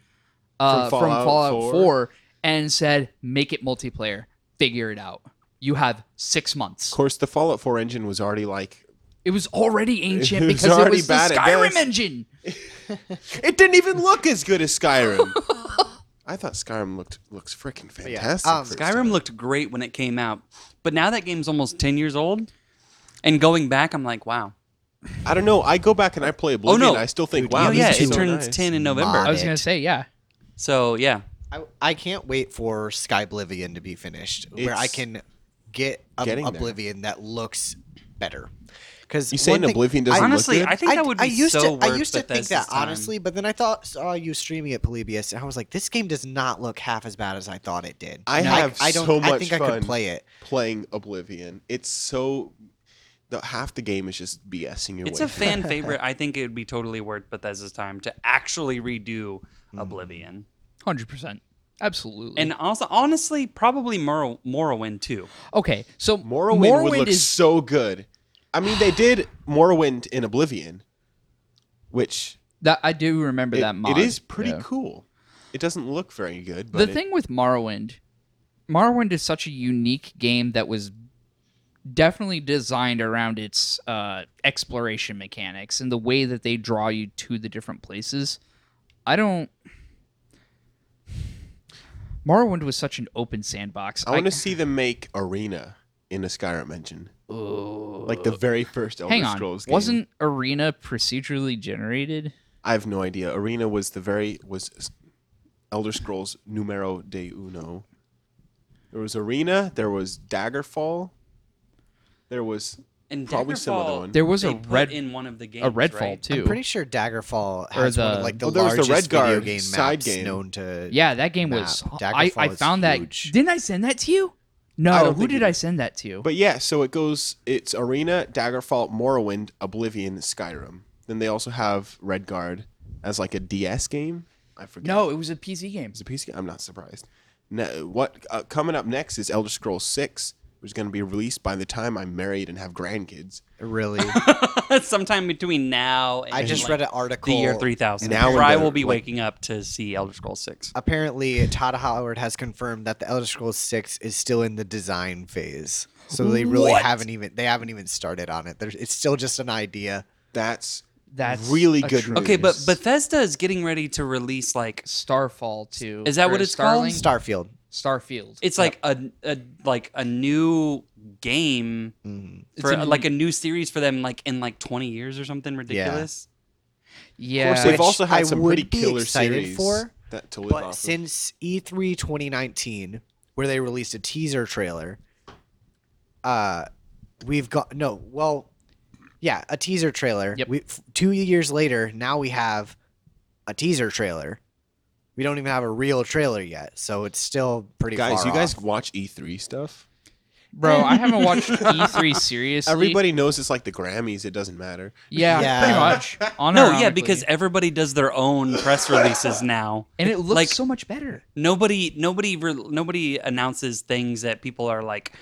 Speaker 4: uh,
Speaker 3: From
Speaker 4: from
Speaker 3: Fallout
Speaker 4: Fallout, 4.
Speaker 3: 4.
Speaker 4: and said, "Make it multiplayer. Figure it out. You have 6 months."
Speaker 3: Of course, the Fallout 4 engine was already like.
Speaker 4: It was already ancient
Speaker 3: It was
Speaker 4: because it
Speaker 3: already
Speaker 4: was the
Speaker 3: bad at
Speaker 4: Skyrim
Speaker 3: best.
Speaker 4: engine.
Speaker 3: It didn't even look as good as Skyrim. I thought Skyrim looked looks freaking
Speaker 1: yeah,
Speaker 3: fantastic.
Speaker 1: um,
Speaker 3: for its time.
Speaker 2: Skyrim looked great when it came out, but now that game's almost 10 years old. And going back, I'm like, wow.
Speaker 3: I don't know. I go back and I play Oblivion.
Speaker 2: Oh, no.
Speaker 3: I still think,
Speaker 1: Dude,
Speaker 3: wow,
Speaker 2: oh,
Speaker 3: this
Speaker 2: yeah,
Speaker 3: is
Speaker 2: it
Speaker 3: so
Speaker 2: turns
Speaker 3: nice.
Speaker 2: 10 in November.
Speaker 1: Mod.
Speaker 4: I was
Speaker 1: it.
Speaker 4: going to say, yeah.
Speaker 2: So, yeah.
Speaker 1: I, I can't wait for Skyblivion to be finished, where I
Speaker 3: It's
Speaker 1: can get a,
Speaker 3: getting there.
Speaker 1: Oblivion that looks better. Because
Speaker 3: You saying Oblivion doesn't
Speaker 2: Honestly,
Speaker 3: look good?
Speaker 2: I think that would be
Speaker 1: used
Speaker 2: so
Speaker 1: to, I
Speaker 2: worth
Speaker 1: used to think
Speaker 2: Bethesda's
Speaker 1: that
Speaker 2: time.
Speaker 1: honestly, but then I thought saw you streaming at Polybius, and I was like, this game does not look half as bad as I thought it did.
Speaker 3: I
Speaker 1: No.
Speaker 3: have
Speaker 1: I, don't.
Speaker 3: so
Speaker 1: I
Speaker 3: much
Speaker 1: think I
Speaker 3: fun
Speaker 1: could play it.
Speaker 3: playing Oblivion. It's so the half the game is just BSing your
Speaker 2: It's
Speaker 3: way.
Speaker 2: a fan favorite. I think it would be totally worth Bethesda's time to actually redo
Speaker 3: Hmm.
Speaker 2: Oblivion.
Speaker 4: 100%. Absolutely.
Speaker 2: And also, honestly, probably Morrow- Morrowind too.
Speaker 4: okay, so
Speaker 3: Morrowind, would look
Speaker 4: is
Speaker 3: so good. I mean, they did Morrowind in Oblivion, which
Speaker 4: That I do remember
Speaker 3: it-
Speaker 4: that mod.
Speaker 3: it is pretty
Speaker 4: yeah.
Speaker 3: cool. It doesn't look very good, but
Speaker 4: The
Speaker 3: it-
Speaker 4: thing with Morrowind, Morrowind is such a unique game that was definitely designed around its uh, exploration mechanics and the way that they draw you to the different places. I don't. Morrowind was such an open sandbox.
Speaker 3: I want to see them make Arena in a Skyrim engine, like the very first Elder
Speaker 4: hang on.
Speaker 3: Scrolls game.
Speaker 4: Wasn't Arena procedurally generated?
Speaker 3: I have no idea. Arena was the very was s- Elder Scrolls numero de uno. There was Arena. There was Daggerfall. There was
Speaker 2: And
Speaker 3: Probably some other
Speaker 2: Daggerfall,
Speaker 3: one.
Speaker 4: There was
Speaker 2: they
Speaker 4: a
Speaker 2: put
Speaker 4: red-
Speaker 2: in one of the games.
Speaker 4: A Redfall
Speaker 2: right?
Speaker 4: too.
Speaker 1: I'm pretty sure Daggerfall
Speaker 4: Or
Speaker 1: has one
Speaker 4: the-
Speaker 1: of like the
Speaker 3: Oh, there was the
Speaker 1: largest video
Speaker 3: Redguard
Speaker 1: game
Speaker 3: side
Speaker 1: maps
Speaker 3: game.
Speaker 1: known to.
Speaker 4: Yeah, that game was.
Speaker 1: Map.
Speaker 4: I, I
Speaker 1: Daggerfall is
Speaker 4: found
Speaker 1: huge.
Speaker 4: that. Didn't I send that to you?
Speaker 3: I
Speaker 4: No.
Speaker 3: don't
Speaker 4: Who
Speaker 3: think you
Speaker 4: did I
Speaker 3: did.
Speaker 4: send that to?
Speaker 3: But yeah, so it goes. It's Arena, Daggerfall, Morrowind, Oblivion, Skyrim. Then they also have Redguard as like a DS game. I forget.
Speaker 4: no, it was a PC game.
Speaker 3: it's a PC. I'm not surprised. No, what uh, coming up next is Elder Scrolls Six was going to be released by the time I'm married and have grandkids.
Speaker 1: Really,
Speaker 2: Sometime between now and
Speaker 1: I just
Speaker 2: like,
Speaker 1: read an article.
Speaker 2: the year 3000.
Speaker 3: Now
Speaker 2: Now
Speaker 3: we're
Speaker 2: I
Speaker 3: gonna,
Speaker 2: will be
Speaker 3: like-
Speaker 2: waking up to see Elder Scrolls 6.
Speaker 1: Apparently, Todd Howard has confirmed that the Elder Scrolls Six is still in the design phase. So they really
Speaker 2: What?
Speaker 1: haven't even they haven't even started on it. There's, it's still just an idea.
Speaker 3: That's
Speaker 4: That's
Speaker 3: really
Speaker 4: a
Speaker 3: good.
Speaker 4: tr-
Speaker 2: Okay, but
Speaker 3: news.
Speaker 2: Bethesda is getting ready to release like
Speaker 4: Starfall too.
Speaker 2: Is that
Speaker 4: Or
Speaker 2: what it's
Speaker 4: Starling?
Speaker 2: called?
Speaker 1: Starfield.
Speaker 4: Starfield.
Speaker 2: it's like a, a like a new game
Speaker 1: Mm-hmm.
Speaker 2: for
Speaker 4: It's a
Speaker 2: like a new series for them like in like 20 years or something ridiculous.
Speaker 4: yeah.
Speaker 3: Of course, they've
Speaker 1: Which
Speaker 3: also
Speaker 1: I
Speaker 3: had some pretty
Speaker 1: would be
Speaker 3: killer
Speaker 1: excited
Speaker 3: series
Speaker 1: for,
Speaker 3: that to live
Speaker 1: But
Speaker 3: off of.
Speaker 1: since E E3 2019, where they released a teaser trailer, uh, we've got no. Well, yeah, a teaser trailer.
Speaker 4: Yep.
Speaker 1: We f- two years later, now we have a teaser trailer. We don't even have a real trailer yet, so it's still pretty.
Speaker 3: Guys,
Speaker 1: far
Speaker 3: you guys
Speaker 1: off.
Speaker 3: watch E3 stuff?
Speaker 4: Bro, I haven't watched E3 seriously.
Speaker 3: Everybody knows it's like the Grammys. It doesn't matter.
Speaker 4: yeah,
Speaker 1: Yeah.
Speaker 4: pretty much.
Speaker 2: No, yeah,
Speaker 4: Unironically.
Speaker 2: because everybody does their own press releases now.
Speaker 4: and it looks
Speaker 2: like-
Speaker 4: so much better.
Speaker 2: Nobody nobody re- nobody announces things that people are like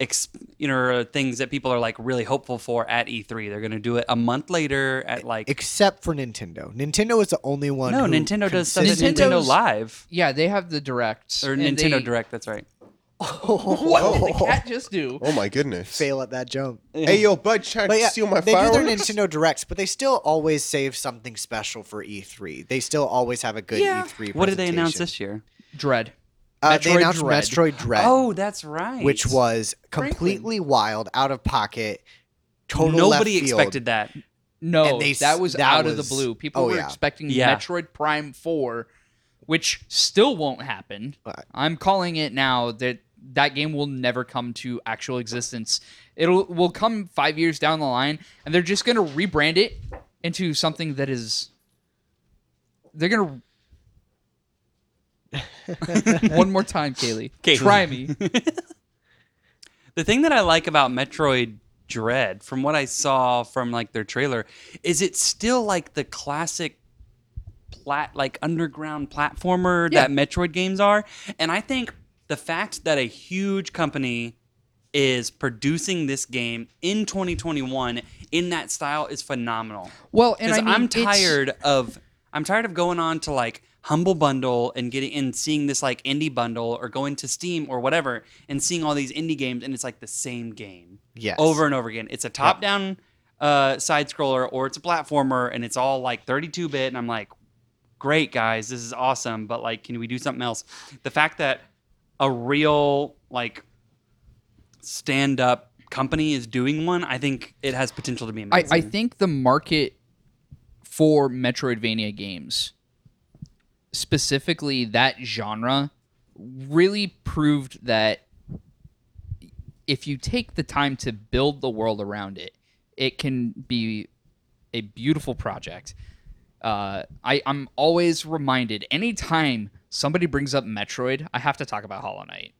Speaker 2: ex- you know things that people are like really hopeful for at E3. They're going to do it a month later at like
Speaker 1: Except for Nintendo. Nintendo is the only one.
Speaker 2: No,
Speaker 1: who
Speaker 2: Nintendo does stuff at
Speaker 1: consistently-
Speaker 2: Nintendo
Speaker 4: Nintendo's-
Speaker 2: Live
Speaker 4: Yeah, they have the directs
Speaker 2: or
Speaker 4: and
Speaker 2: Nintendo
Speaker 4: they-
Speaker 2: Direct, that's right.
Speaker 4: What did the cat just do?
Speaker 3: Oh my goodness.
Speaker 1: fail at that jump.
Speaker 3: Hey, yo, bud, trying
Speaker 1: But
Speaker 3: to
Speaker 1: yeah,
Speaker 3: steal my
Speaker 1: they
Speaker 3: fireworks?
Speaker 1: do their Nintendo Directs, but they still always save something special for E3. They still always have a good
Speaker 4: Yeah.
Speaker 1: E3.
Speaker 2: What did they announce
Speaker 1: presentation.
Speaker 2: this year?
Speaker 4: Dread.
Speaker 1: Uh, they
Speaker 4: Metroid
Speaker 1: announced
Speaker 4: Dread.
Speaker 1: Metroid Dread,
Speaker 2: Oh, that's right.
Speaker 1: which was
Speaker 4: Franklin.
Speaker 1: completely wild, out of pocket, total left
Speaker 2: nobody
Speaker 1: field.
Speaker 2: expected that.
Speaker 4: No,
Speaker 1: And they s-
Speaker 4: that was
Speaker 1: that
Speaker 4: out of
Speaker 1: was-
Speaker 4: the blue. People
Speaker 1: oh,
Speaker 4: were
Speaker 1: yeah.
Speaker 4: expecting
Speaker 2: Yeah.
Speaker 4: Metroid Prime 4, which still won't happen.
Speaker 1: But-
Speaker 4: I'm calling it now that that game will never come to actual existence. It'll will come 5 years down the line and they're just going to rebrand it into something that is they're going to One more time, Kaylee.
Speaker 2: Kaylee.
Speaker 4: Try me.
Speaker 2: The thing that I like about Metroid Dread, from what I saw from like their trailer, is it's still like the classic plat like underground platformer
Speaker 4: Yeah.
Speaker 2: that Metroid games are. And I think the fact that a huge company is producing this game in 2021 in that style is phenomenal.
Speaker 4: Well, and I
Speaker 2: because
Speaker 4: mean,
Speaker 2: I'm
Speaker 4: it's-
Speaker 2: tired of I'm tired of going on to like Humble Bundle and getting and seeing this like indie bundle or going to Steam or whatever and seeing all these indie games and it's like the same game
Speaker 1: Yes.
Speaker 2: over and over again. It's a top down uh, side scroller or it's a platformer and it's all like 32 bit and I'm like, great guys, this is awesome, but like, can we do something else? The fact that a real like stand up company is doing one, I think it has potential to be
Speaker 4: I,
Speaker 2: amazing.
Speaker 4: I think the market for Metroidvania games, specifically that genre, really proved that if you take the time to build the world around it, it can be a beautiful project. Uh, I, I'm always reminded anytime somebody brings up Metroid, I have to talk about Hollow Knight.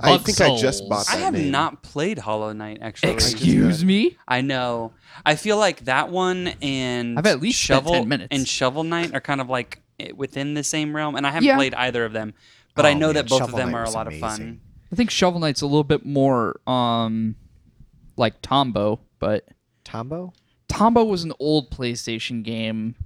Speaker 3: I
Speaker 4: Bug
Speaker 3: think I
Speaker 4: Souls.
Speaker 3: just bought that
Speaker 2: I have
Speaker 3: name.
Speaker 2: not played Hollow Knight actually.
Speaker 4: Excuse me?
Speaker 2: I know. I feel like that one and
Speaker 4: I've at least spent
Speaker 2: Shovel
Speaker 4: 10 minutes.
Speaker 2: and Shovel Knight are kind of like eh, within the same realm, and I haven't
Speaker 4: Yeah.
Speaker 2: played either of them. But I
Speaker 1: Oh,
Speaker 2: know
Speaker 1: man,
Speaker 2: that both
Speaker 1: Shovel
Speaker 2: of them
Speaker 1: Knight
Speaker 2: are a
Speaker 1: was
Speaker 2: lot of fun.
Speaker 1: amazing.
Speaker 4: I think Shovel Knight's a little bit more um like Tombo, but
Speaker 1: Tombo.
Speaker 4: Tombo was an old PlayStation game.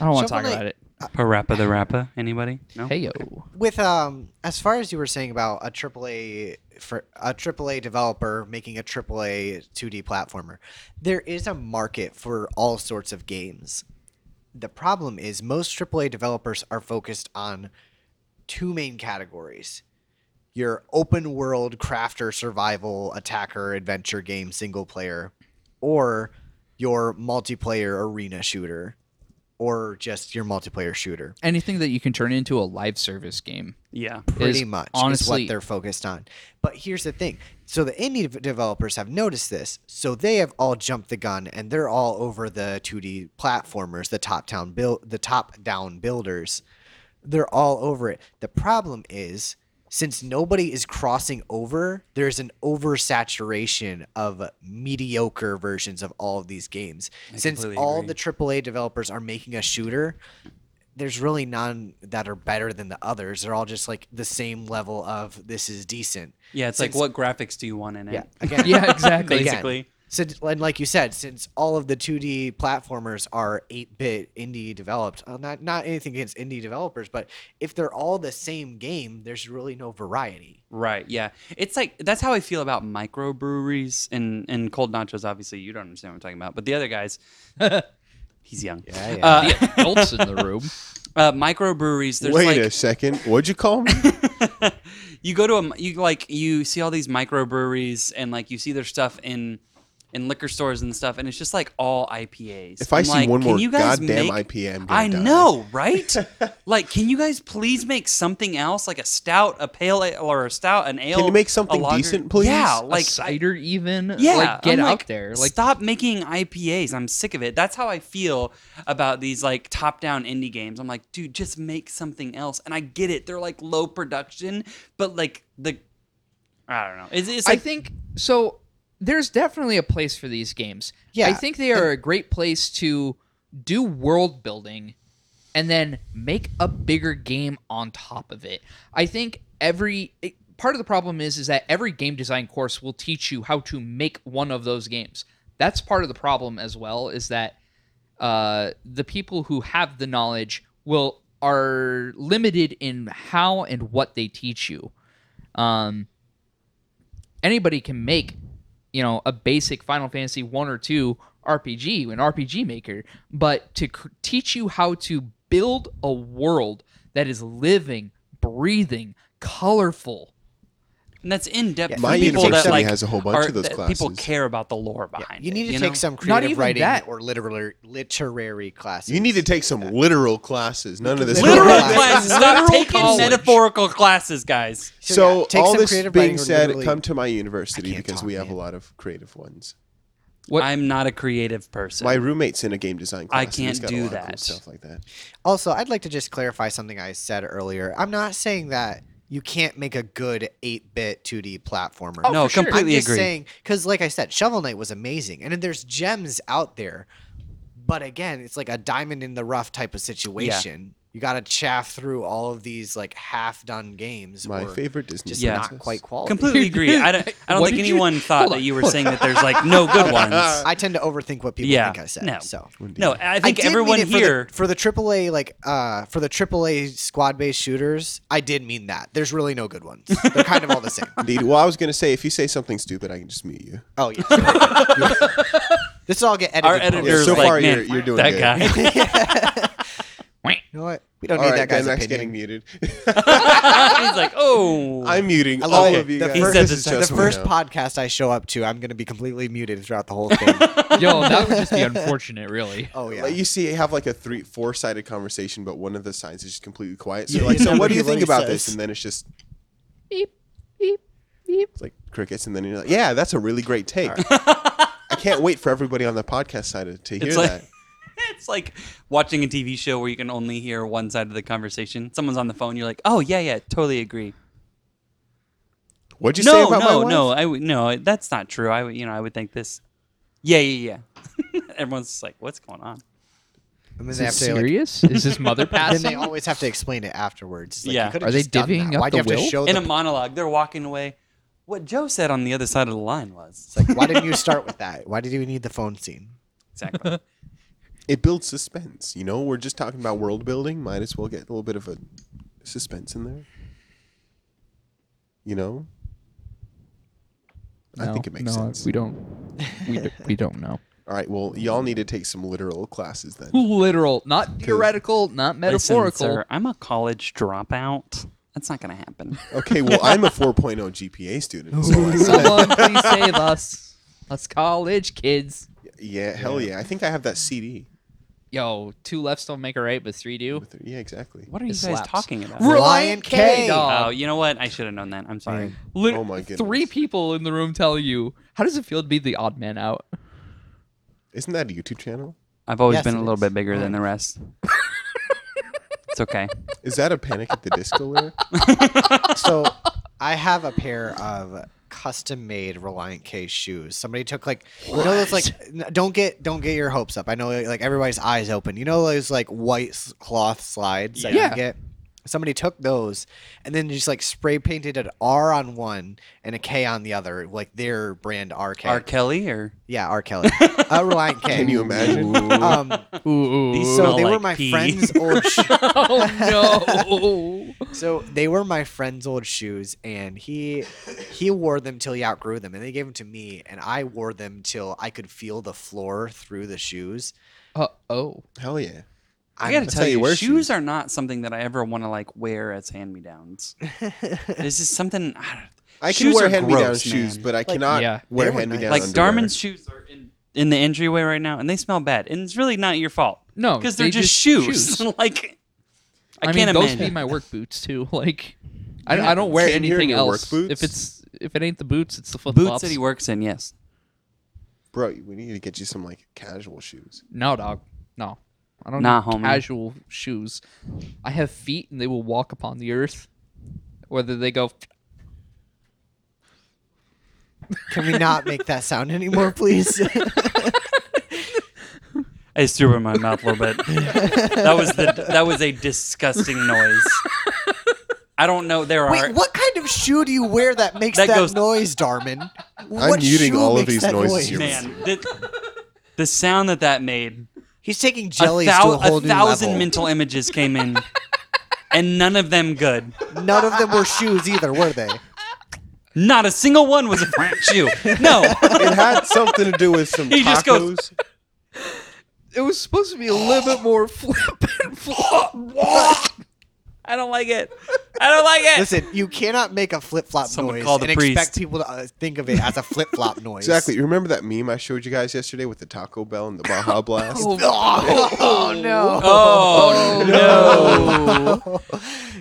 Speaker 4: I don't want to
Speaker 1: Shovel
Speaker 4: talk
Speaker 1: Knight-
Speaker 4: about it.
Speaker 2: Parappa the Rappa. Anybody? No.
Speaker 4: Hey yo.
Speaker 1: With um, as far as you were saying about a AAA for a AAA developer making a AAA 2D platformer, there is a market for all sorts of games. The problem is most AAA developers are focused on two main categories: your open world crafter, survival, attacker, adventure game, single player, or your multiplayer arena shooter, or just your multiplayer shooter
Speaker 4: Anything that you can turn into a live service game.
Speaker 2: Yeah.
Speaker 1: pretty
Speaker 4: is
Speaker 1: much is
Speaker 4: honestly-
Speaker 1: what they're focused on. But here's the thing: so the indie dev- developers have noticed this, so they have all jumped the gun and they're all over the 2D platformers, the top down build, the top down builders. They're all over it. The problem is. Since nobody is crossing over, there's an oversaturation of mediocre versions of all of these games. Since
Speaker 2: completely
Speaker 1: all
Speaker 2: agree.
Speaker 1: the AAA developers are making a shooter, there's really none that are better than the others. They're all just like the same level of this is decent.
Speaker 2: Yeah, it's like what graphics do you want in it?
Speaker 1: Yeah. Again.
Speaker 4: Yeah, exactly.
Speaker 1: Again.
Speaker 2: basically.
Speaker 1: Since, and like you said, since all of the 2D platformers are 8-bit indie developed, uh, not not anything against indie developers, but if they're all the same game, there's really no variety.
Speaker 2: Right. Yeah. It's like that's how I feel about microbreweries and and cold nachos. Obviously, you don't understand what I'm talking about, but the other guys, he's young.
Speaker 1: Yeah, yeah.
Speaker 2: Uh,
Speaker 4: The adults in the room.
Speaker 2: uh, microbreweries. There's
Speaker 3: Wait
Speaker 2: like
Speaker 3: a second. What'd you call me?
Speaker 2: you go to a you like you see all these microbreweries and like you see their stuff in in liquor stores and stuff, and it's just like all IPAs.
Speaker 3: If I
Speaker 2: I'm
Speaker 3: see
Speaker 2: like,
Speaker 3: one
Speaker 2: can
Speaker 3: more
Speaker 2: you guys
Speaker 3: goddamn
Speaker 2: make-
Speaker 3: IPA, I'm gonna
Speaker 2: I
Speaker 3: die.
Speaker 2: know, right? like, can you guys please make something else, like a stout, a pale ale, or a stout, an ale?
Speaker 3: you make
Speaker 2: a
Speaker 3: something
Speaker 2: lager?
Speaker 3: decent, please?
Speaker 2: Yeah,
Speaker 3: A
Speaker 2: like
Speaker 4: Like cider, even.
Speaker 2: yeah,
Speaker 4: Like, get
Speaker 2: I'm
Speaker 4: out
Speaker 2: like,
Speaker 4: there. Like,
Speaker 2: stop making IPAs. I'm sick of it. That's how I feel about these like top-down indie games. I'm like, dude, just make something else. And I get it; they're like low production, but like the, I don't know. It's, it's like
Speaker 4: I think so. There's definitely a place for these games.
Speaker 1: Yeah.
Speaker 4: I think they are a great place to do world building and then make a bigger game on top of it. I think every it- part of the problem is is that every game design course will teach you how to make one of those games. That's part of the problem as well is that uh, the people who have the knowledge will are limited in how and what they teach you. Um, anybody can make you know a basic final fantasy 1 or 2 rpg an rpg maker but to cr- teach you how to build a world that is living breathing colorful
Speaker 2: and that's in depth.
Speaker 3: My
Speaker 2: people that
Speaker 3: university
Speaker 2: like
Speaker 3: has a whole bunch
Speaker 2: are-
Speaker 3: of those
Speaker 2: that People
Speaker 3: classes.
Speaker 2: care about the lore behind.
Speaker 1: You
Speaker 2: it,
Speaker 1: need to
Speaker 2: you
Speaker 1: take
Speaker 2: know?
Speaker 1: some
Speaker 4: Not
Speaker 1: creative
Speaker 4: even
Speaker 1: writing
Speaker 4: that.
Speaker 1: or literary literary classes.
Speaker 3: You need to take some literal classes. None of this.
Speaker 2: literal
Speaker 1: Literal
Speaker 2: classes.
Speaker 4: Literal
Speaker 2: Stop taking
Speaker 4: college.
Speaker 2: metaphorical classes, guys.
Speaker 3: So,
Speaker 1: yeah, take
Speaker 3: all
Speaker 1: some
Speaker 3: this
Speaker 1: creative
Speaker 3: being
Speaker 1: writing or
Speaker 3: said,
Speaker 1: literally-
Speaker 3: come to my university
Speaker 1: can't
Speaker 3: because we
Speaker 1: talk,
Speaker 3: have
Speaker 1: man.
Speaker 3: a lot of creative ones.
Speaker 4: What-
Speaker 2: I'm not a creative person.
Speaker 3: My roommate's in a game design class.
Speaker 2: I
Speaker 3: and
Speaker 2: can't
Speaker 3: he's got a
Speaker 2: do
Speaker 3: lot of cool
Speaker 2: that.
Speaker 3: stuff like that.
Speaker 1: Also, I'd like to just clarify something I said earlier. I'm not saying that you can't make a good 8-bit 2D platformer.
Speaker 4: Oh,
Speaker 2: no,
Speaker 4: for sure.
Speaker 2: completely
Speaker 1: I'm just
Speaker 2: agree.
Speaker 1: saying because, like I said, Shovel Knight was amazing, and there's gems out there. But again, it's like a diamond in the rough type of situation. You got to chaff through all of these like half-done games.
Speaker 3: My
Speaker 1: or
Speaker 3: favorite Disney.
Speaker 1: just
Speaker 2: Yeah.
Speaker 1: not
Speaker 3: princess.
Speaker 1: quite quality.
Speaker 2: Completely agree. I don't, I don't
Speaker 4: What
Speaker 2: think
Speaker 4: did you-
Speaker 2: anyone thought
Speaker 4: Hold
Speaker 2: that
Speaker 4: on.
Speaker 2: you were saying that there's like no good ones.
Speaker 1: I tend to overthink what people
Speaker 2: Yeah,
Speaker 1: think I said.
Speaker 2: no.
Speaker 1: So
Speaker 2: No, I think
Speaker 1: did mean
Speaker 2: everyone
Speaker 1: it for the-
Speaker 2: here.
Speaker 1: for the, AAA like uh for the AAA squad based shooters, I did mean that. There's really no good ones. They're kind of all the same.
Speaker 3: Indeed. Well, I was gonna say if you say something stupid, I can just mute you.
Speaker 1: Oh yeah. this will all get edited.
Speaker 2: our
Speaker 1: post.
Speaker 2: editor's
Speaker 3: so
Speaker 2: like,
Speaker 3: far
Speaker 2: man,
Speaker 3: you're- you're doing
Speaker 2: that
Speaker 3: good."
Speaker 2: guy.
Speaker 1: You know what? We don't
Speaker 3: All
Speaker 1: need that
Speaker 3: right,
Speaker 1: guy's
Speaker 3: Ben Mack's
Speaker 1: opinion.
Speaker 3: getting muted.
Speaker 2: He's like, oh,
Speaker 3: I'm muting
Speaker 1: I
Speaker 3: all
Speaker 1: love it.
Speaker 3: of you
Speaker 1: The
Speaker 3: guys.
Speaker 2: He said
Speaker 3: This
Speaker 2: the
Speaker 3: is
Speaker 2: same-
Speaker 1: the
Speaker 3: just
Speaker 1: first
Speaker 3: now.
Speaker 1: podcast I show up to, I'm going to be completely muted throughout the whole thing.
Speaker 4: yo that would just be unfortunate really
Speaker 1: Oh yeah.
Speaker 3: Like, you see, you have like a three, four-sided conversation, but one of the sides is just completely quiet. So
Speaker 1: Yeah,
Speaker 3: you're like,
Speaker 1: you
Speaker 3: so
Speaker 1: never
Speaker 3: what do you
Speaker 1: hear what
Speaker 3: think
Speaker 1: he
Speaker 3: about
Speaker 1: says.
Speaker 3: this? And then it's just
Speaker 4: beep beep beep
Speaker 3: it's like crickets, and then you're like, yeah, that's a really great take. I can't wait for everybody on the podcast side to, to hear
Speaker 2: It's like-
Speaker 3: that.
Speaker 2: it's like watching a TV show where you can only hear one side of the conversation. Someone's on the phone. You're like, oh yeah, yeah, totally agree.
Speaker 3: What'd you say
Speaker 2: no,
Speaker 3: about my
Speaker 2: no,
Speaker 3: wife?
Speaker 2: no, I would no, that's not true. I would, you know, I would think this. Yeah, yeah, yeah. Everyone's just like, what's going on?
Speaker 1: and then
Speaker 4: is
Speaker 1: they have
Speaker 4: this
Speaker 1: to like,
Speaker 4: serious is his mother
Speaker 1: then they
Speaker 4: passing
Speaker 1: always have to explain it afterwards. It's Like,
Speaker 2: Yeah.
Speaker 1: you could've
Speaker 4: Are they
Speaker 1: just done
Speaker 4: divvying
Speaker 1: that.
Speaker 4: up
Speaker 1: Why do you
Speaker 4: the
Speaker 1: have
Speaker 4: will?
Speaker 1: to show
Speaker 2: In
Speaker 1: the
Speaker 2: a monologue, they're walking away. What Joe said on the other side of the line was
Speaker 1: It's like, why didn't you start with that? Why did you need the phone scene?
Speaker 2: exactly.
Speaker 3: It builds suspense. You know, we're just talking about world building. Might as well get a little bit of a suspense in there. You know, I think it makes sense.
Speaker 4: we don't we, d- we don't know
Speaker 3: All right. Well, y'all need to take some literal classes then.
Speaker 4: literal not theoretical not
Speaker 2: Listen,
Speaker 4: metaphorical
Speaker 2: sir, I'm a college dropout. That's not going to happen.
Speaker 3: Okay. Well, I'm a 4.0 GPA student. So I
Speaker 4: someone please save us us college kids
Speaker 3: Yeah, hell yeah. I think I have that CD.
Speaker 4: Yo, two lefts don't make a right, but three do.
Speaker 3: With it. Yeah, exactly.
Speaker 2: What are you
Speaker 4: It
Speaker 2: guys
Speaker 4: slaps.
Speaker 2: talking about?
Speaker 1: Reliant K,
Speaker 4: dog.
Speaker 2: Oh, you know what? I should have known that. I'm sorry.
Speaker 4: Lit-
Speaker 3: Oh my goodness.
Speaker 4: Three people in the room tell you, how does it feel to be the odd man out?
Speaker 3: Isn't that a YouTube channel?
Speaker 2: I've always
Speaker 1: Yes,
Speaker 2: been a
Speaker 1: it
Speaker 2: little
Speaker 1: is.
Speaker 2: bit bigger than the rest. it's okay.
Speaker 3: Is that a Panic at the Disco lyric?
Speaker 1: So I have a pair of custom made Reliant K shoes. Somebody took like you know those like n- don't get don't get your hopes up. I know like everybody's eyes open. You know those like white s- cloth slides that
Speaker 4: Yeah.
Speaker 1: you get. Somebody took those and then just like spray painted an R on one and a K on the other, like their brand R K.
Speaker 2: R. Kelly or
Speaker 1: yeah, R Kelly. uh, Reliant K.
Speaker 3: Can you imagine?
Speaker 1: Um,
Speaker 4: Ooh,
Speaker 1: so
Speaker 2: These smell
Speaker 1: they were
Speaker 2: like
Speaker 1: my
Speaker 2: pee.
Speaker 1: friend's old. Sh-
Speaker 4: oh no.
Speaker 1: So they were my friend's old shoes, and he he wore them till he outgrew them, and they gave them to me, and I wore them till I could feel the floor through the shoes.
Speaker 4: Uh, oh.
Speaker 3: Hell yeah.
Speaker 2: I
Speaker 1: I'm-
Speaker 2: gotta
Speaker 3: That's
Speaker 2: tell
Speaker 3: how you
Speaker 2: you,
Speaker 3: wear
Speaker 2: shoes,
Speaker 3: shoes.
Speaker 2: are not something that I ever want to like wear as hand me downs. this is something I don't,
Speaker 3: I can
Speaker 2: Shoes
Speaker 3: wear
Speaker 2: are
Speaker 3: hand me down
Speaker 2: gross,
Speaker 3: shoes,
Speaker 2: man.
Speaker 3: but I cannot
Speaker 4: yeah.
Speaker 1: They
Speaker 3: wear
Speaker 1: were
Speaker 3: hand me down
Speaker 2: like Darman's shoes are in in the entryway right now, and they smell bad, and it's really not your fault
Speaker 4: No,
Speaker 2: because
Speaker 4: they
Speaker 2: they're just,
Speaker 4: just
Speaker 2: shoes.
Speaker 4: shoes.
Speaker 2: like I,
Speaker 4: I, mean,
Speaker 2: can't
Speaker 4: those
Speaker 2: imagine.
Speaker 4: be my work boots too. Like, I, I don't wear
Speaker 3: Cam, you're in
Speaker 4: anything
Speaker 3: your work
Speaker 4: else.
Speaker 3: boots?
Speaker 4: If it's if it ain't the boots, it's the flip
Speaker 2: Boots
Speaker 4: flops.
Speaker 2: that he works in, yes.
Speaker 3: Bro, we need to get you some like casual shoes.
Speaker 4: No, dog. No, I don't
Speaker 2: Nah,
Speaker 4: need
Speaker 2: homie.
Speaker 4: casual shoes. I have feet, and they will walk upon the earth, whether they go.
Speaker 1: Can we not make that sound anymore, please?
Speaker 2: I just threw it in my mouth a little bit. that was the that was a disgusting noise. I don't know. There are
Speaker 1: Wait, what kind of shoe do you wear that makes
Speaker 2: That
Speaker 1: that,
Speaker 2: goes-
Speaker 1: noise, Darman? What
Speaker 3: muting
Speaker 1: shoe
Speaker 3: all of
Speaker 1: makes
Speaker 3: these
Speaker 1: that
Speaker 3: noises
Speaker 1: noise?
Speaker 3: here.
Speaker 2: man. The, the sound that that made.
Speaker 1: He's taking
Speaker 2: A,
Speaker 1: jellies
Speaker 2: thou-
Speaker 1: to a whole
Speaker 2: a
Speaker 1: new
Speaker 2: thousand
Speaker 1: level.
Speaker 2: mental images came in, and none of them good.
Speaker 1: None of them were shoes either, were they?
Speaker 2: Not a single one was a shoe. No,
Speaker 3: It had something to do with some
Speaker 2: He
Speaker 3: tacos.
Speaker 2: just goes-
Speaker 4: It was supposed to be a little bit more flip and flop.
Speaker 2: I don't like it. I don't like it.
Speaker 1: Listen, you cannot make a flip flop
Speaker 2: Someone
Speaker 1: noise
Speaker 2: call the
Speaker 1: and expect
Speaker 2: priest.
Speaker 1: people to uh, think of it as a flip flop noise.
Speaker 3: Exactly. You remember that meme I showed you guys yesterday with the Taco Bell and the Baja Blast?
Speaker 1: Oh, no.
Speaker 2: Oh,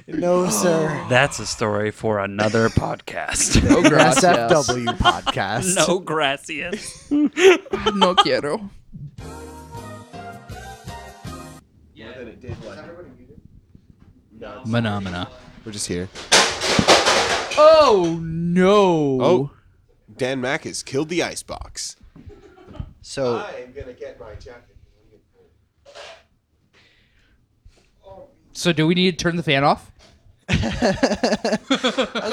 Speaker 2: no.
Speaker 1: No, sir.
Speaker 2: That's a story for another podcast.
Speaker 4: Oh, gracias.
Speaker 1: SFW podcast.
Speaker 2: no, gracias.
Speaker 4: no quiero. Phenomena.
Speaker 3: We're just here.
Speaker 4: Oh no.
Speaker 3: Oh, Dan Mack has killed the icebox.
Speaker 1: So
Speaker 3: am gonna get my jacket.
Speaker 4: So do we need to turn the fan off?
Speaker 1: does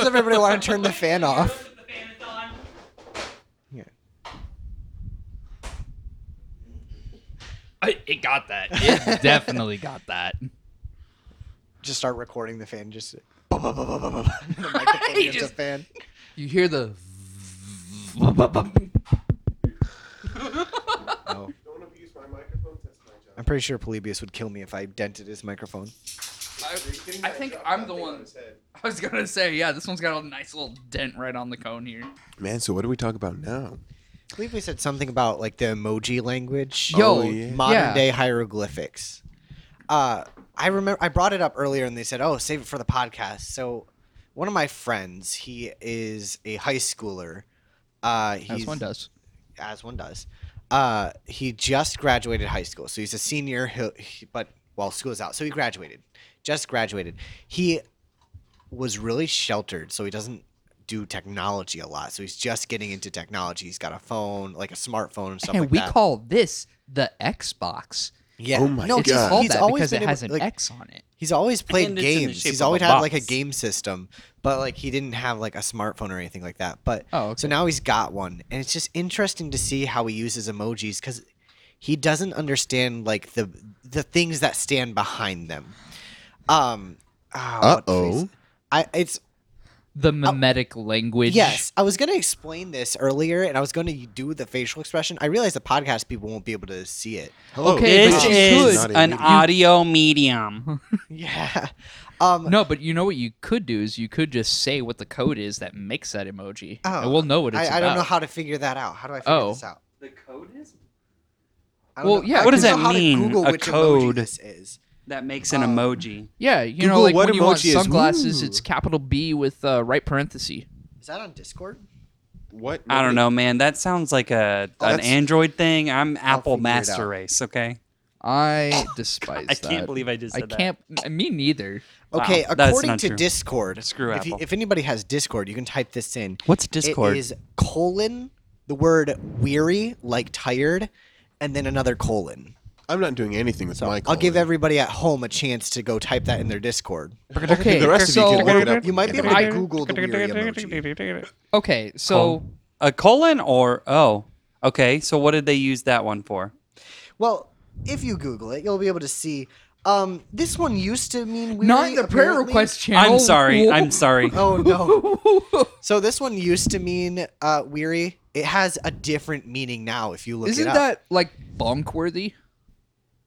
Speaker 1: everybody want to turn the fan off? Yeah.
Speaker 4: I, it got that. It definitely got that.
Speaker 1: Just start recording the fan. Just. The microphone gets a fan.
Speaker 4: You hear the.
Speaker 3: Don't abuse my microphone. That's my job.
Speaker 1: I'm pretty sure Polybius would kill me if I dented his microphone.
Speaker 4: I think I'm the one. I was gonna say, yeah, this one's got a nice little dent right on the cone here.
Speaker 3: Man, so what do we talk about now?
Speaker 1: Polybius said something about like the emoji language.
Speaker 4: Yo,
Speaker 3: Oh, yeah.
Speaker 1: modern
Speaker 4: yeah.
Speaker 1: day hieroglyphics. Uh, I remember I brought it up earlier, and they said, "Oh, save it for the podcast." So, one of my friends, he is a high schooler. Uh, he's,
Speaker 4: This one does.
Speaker 1: as one does. Uh, he just graduated high school, so he's a senior. He'll, he, but while school is out, so he graduated, just graduated. He was really sheltered, so he doesn't do technology a lot. So he's just getting into technology. He's got a phone, like a smartphone, and stuff
Speaker 4: And
Speaker 1: like
Speaker 4: we
Speaker 1: that.
Speaker 4: call this the Xbox.
Speaker 1: yeah.
Speaker 3: Oh my
Speaker 1: no,
Speaker 4: It's
Speaker 1: he's-
Speaker 3: God.
Speaker 4: called
Speaker 1: he's
Speaker 4: that
Speaker 1: always
Speaker 4: because
Speaker 1: been
Speaker 4: it
Speaker 1: able-
Speaker 4: has an
Speaker 1: like,
Speaker 4: X on it.
Speaker 1: He's always played
Speaker 2: And it's in the
Speaker 1: games.
Speaker 2: shape
Speaker 1: He's
Speaker 2: of
Speaker 1: always
Speaker 2: a
Speaker 1: had like a
Speaker 2: box.
Speaker 1: game system, but like he didn't have like a smartphone or anything like that. But
Speaker 4: Oh, okay.
Speaker 1: so now he's got one, and it's just interesting to see how he uses emojis because he doesn't understand like the the things that stand behind them. Um.
Speaker 3: Uh
Speaker 1: ah, what
Speaker 3: oh.
Speaker 1: phrase- I it's
Speaker 4: The mimetic language.
Speaker 1: Yes, I was going to explain this earlier, and I was going to do the facial expression. I realize the podcast people won't be able to see it.
Speaker 4: Okay,
Speaker 2: This
Speaker 4: but you
Speaker 2: is
Speaker 4: could-
Speaker 2: an audio medium.
Speaker 1: Yeah. Um,
Speaker 4: No, but you know what you could do is you could just say what the code is that makes that emoji.
Speaker 1: oh,
Speaker 4: and we'll know what it's
Speaker 1: I,
Speaker 4: about.
Speaker 1: I don't know how to figure that out. How do I figure
Speaker 4: Oh.
Speaker 1: this out?
Speaker 2: The code is
Speaker 1: I don't
Speaker 4: Well,
Speaker 1: know-
Speaker 4: yeah,
Speaker 1: I
Speaker 4: What
Speaker 1: don't
Speaker 4: does
Speaker 1: know
Speaker 2: that
Speaker 1: how to
Speaker 2: mean,
Speaker 1: Google
Speaker 2: a
Speaker 1: which emoji
Speaker 2: code?
Speaker 1: this is.
Speaker 2: that makes
Speaker 4: Oh.
Speaker 2: an
Speaker 1: Um,
Speaker 2: emoji.
Speaker 4: Yeah, you know,
Speaker 3: Google
Speaker 4: like
Speaker 3: what
Speaker 4: when you want
Speaker 3: emoji is-
Speaker 4: sunglasses,
Speaker 3: Ooh.
Speaker 4: it's capital B with uh, right parenthesis.
Speaker 1: Is that on Discord?
Speaker 3: What?
Speaker 2: I don't know, man. That sounds like a
Speaker 4: Oh,
Speaker 2: an
Speaker 3: that's-
Speaker 2: Android thing. I'm Apple
Speaker 1: figure it
Speaker 2: master
Speaker 1: out.
Speaker 2: race. Okay,
Speaker 4: I despise
Speaker 2: I
Speaker 4: that.
Speaker 2: can't believe I just
Speaker 4: I
Speaker 2: said that.
Speaker 4: can't. Me neither.
Speaker 1: Okay,
Speaker 2: Wow, that's
Speaker 1: according
Speaker 2: not
Speaker 1: to
Speaker 2: true.
Speaker 1: Discord,
Speaker 2: Screw
Speaker 1: if, you-
Speaker 2: Apple.
Speaker 1: if anybody has Discord, you can type this in.
Speaker 2: What's Discord?
Speaker 1: It is colon the word weary, like tired, and then another colon.
Speaker 3: I'm not doing anything with my.
Speaker 1: I'll give
Speaker 3: colon.
Speaker 1: everybody at home a chance to go type that in their Discord.
Speaker 4: Okay,
Speaker 3: The rest
Speaker 4: so
Speaker 3: of you can look it up.
Speaker 1: You might be able
Speaker 4: I-
Speaker 1: to Google the weary emoji.
Speaker 4: okay, so
Speaker 2: a colon or oh, okay. So what did they use that one for?
Speaker 1: Well, if you Google it, you'll be able to see. Um, this one used to mean weary.
Speaker 4: not in the prayer
Speaker 1: apparently.
Speaker 4: request channel.
Speaker 2: I'm sorry. I'm sorry.
Speaker 1: Oh no. so this one used to mean uh, weary. It has a different meaning now. If you look
Speaker 4: Isn't
Speaker 1: it up.
Speaker 4: that like bonk worthy?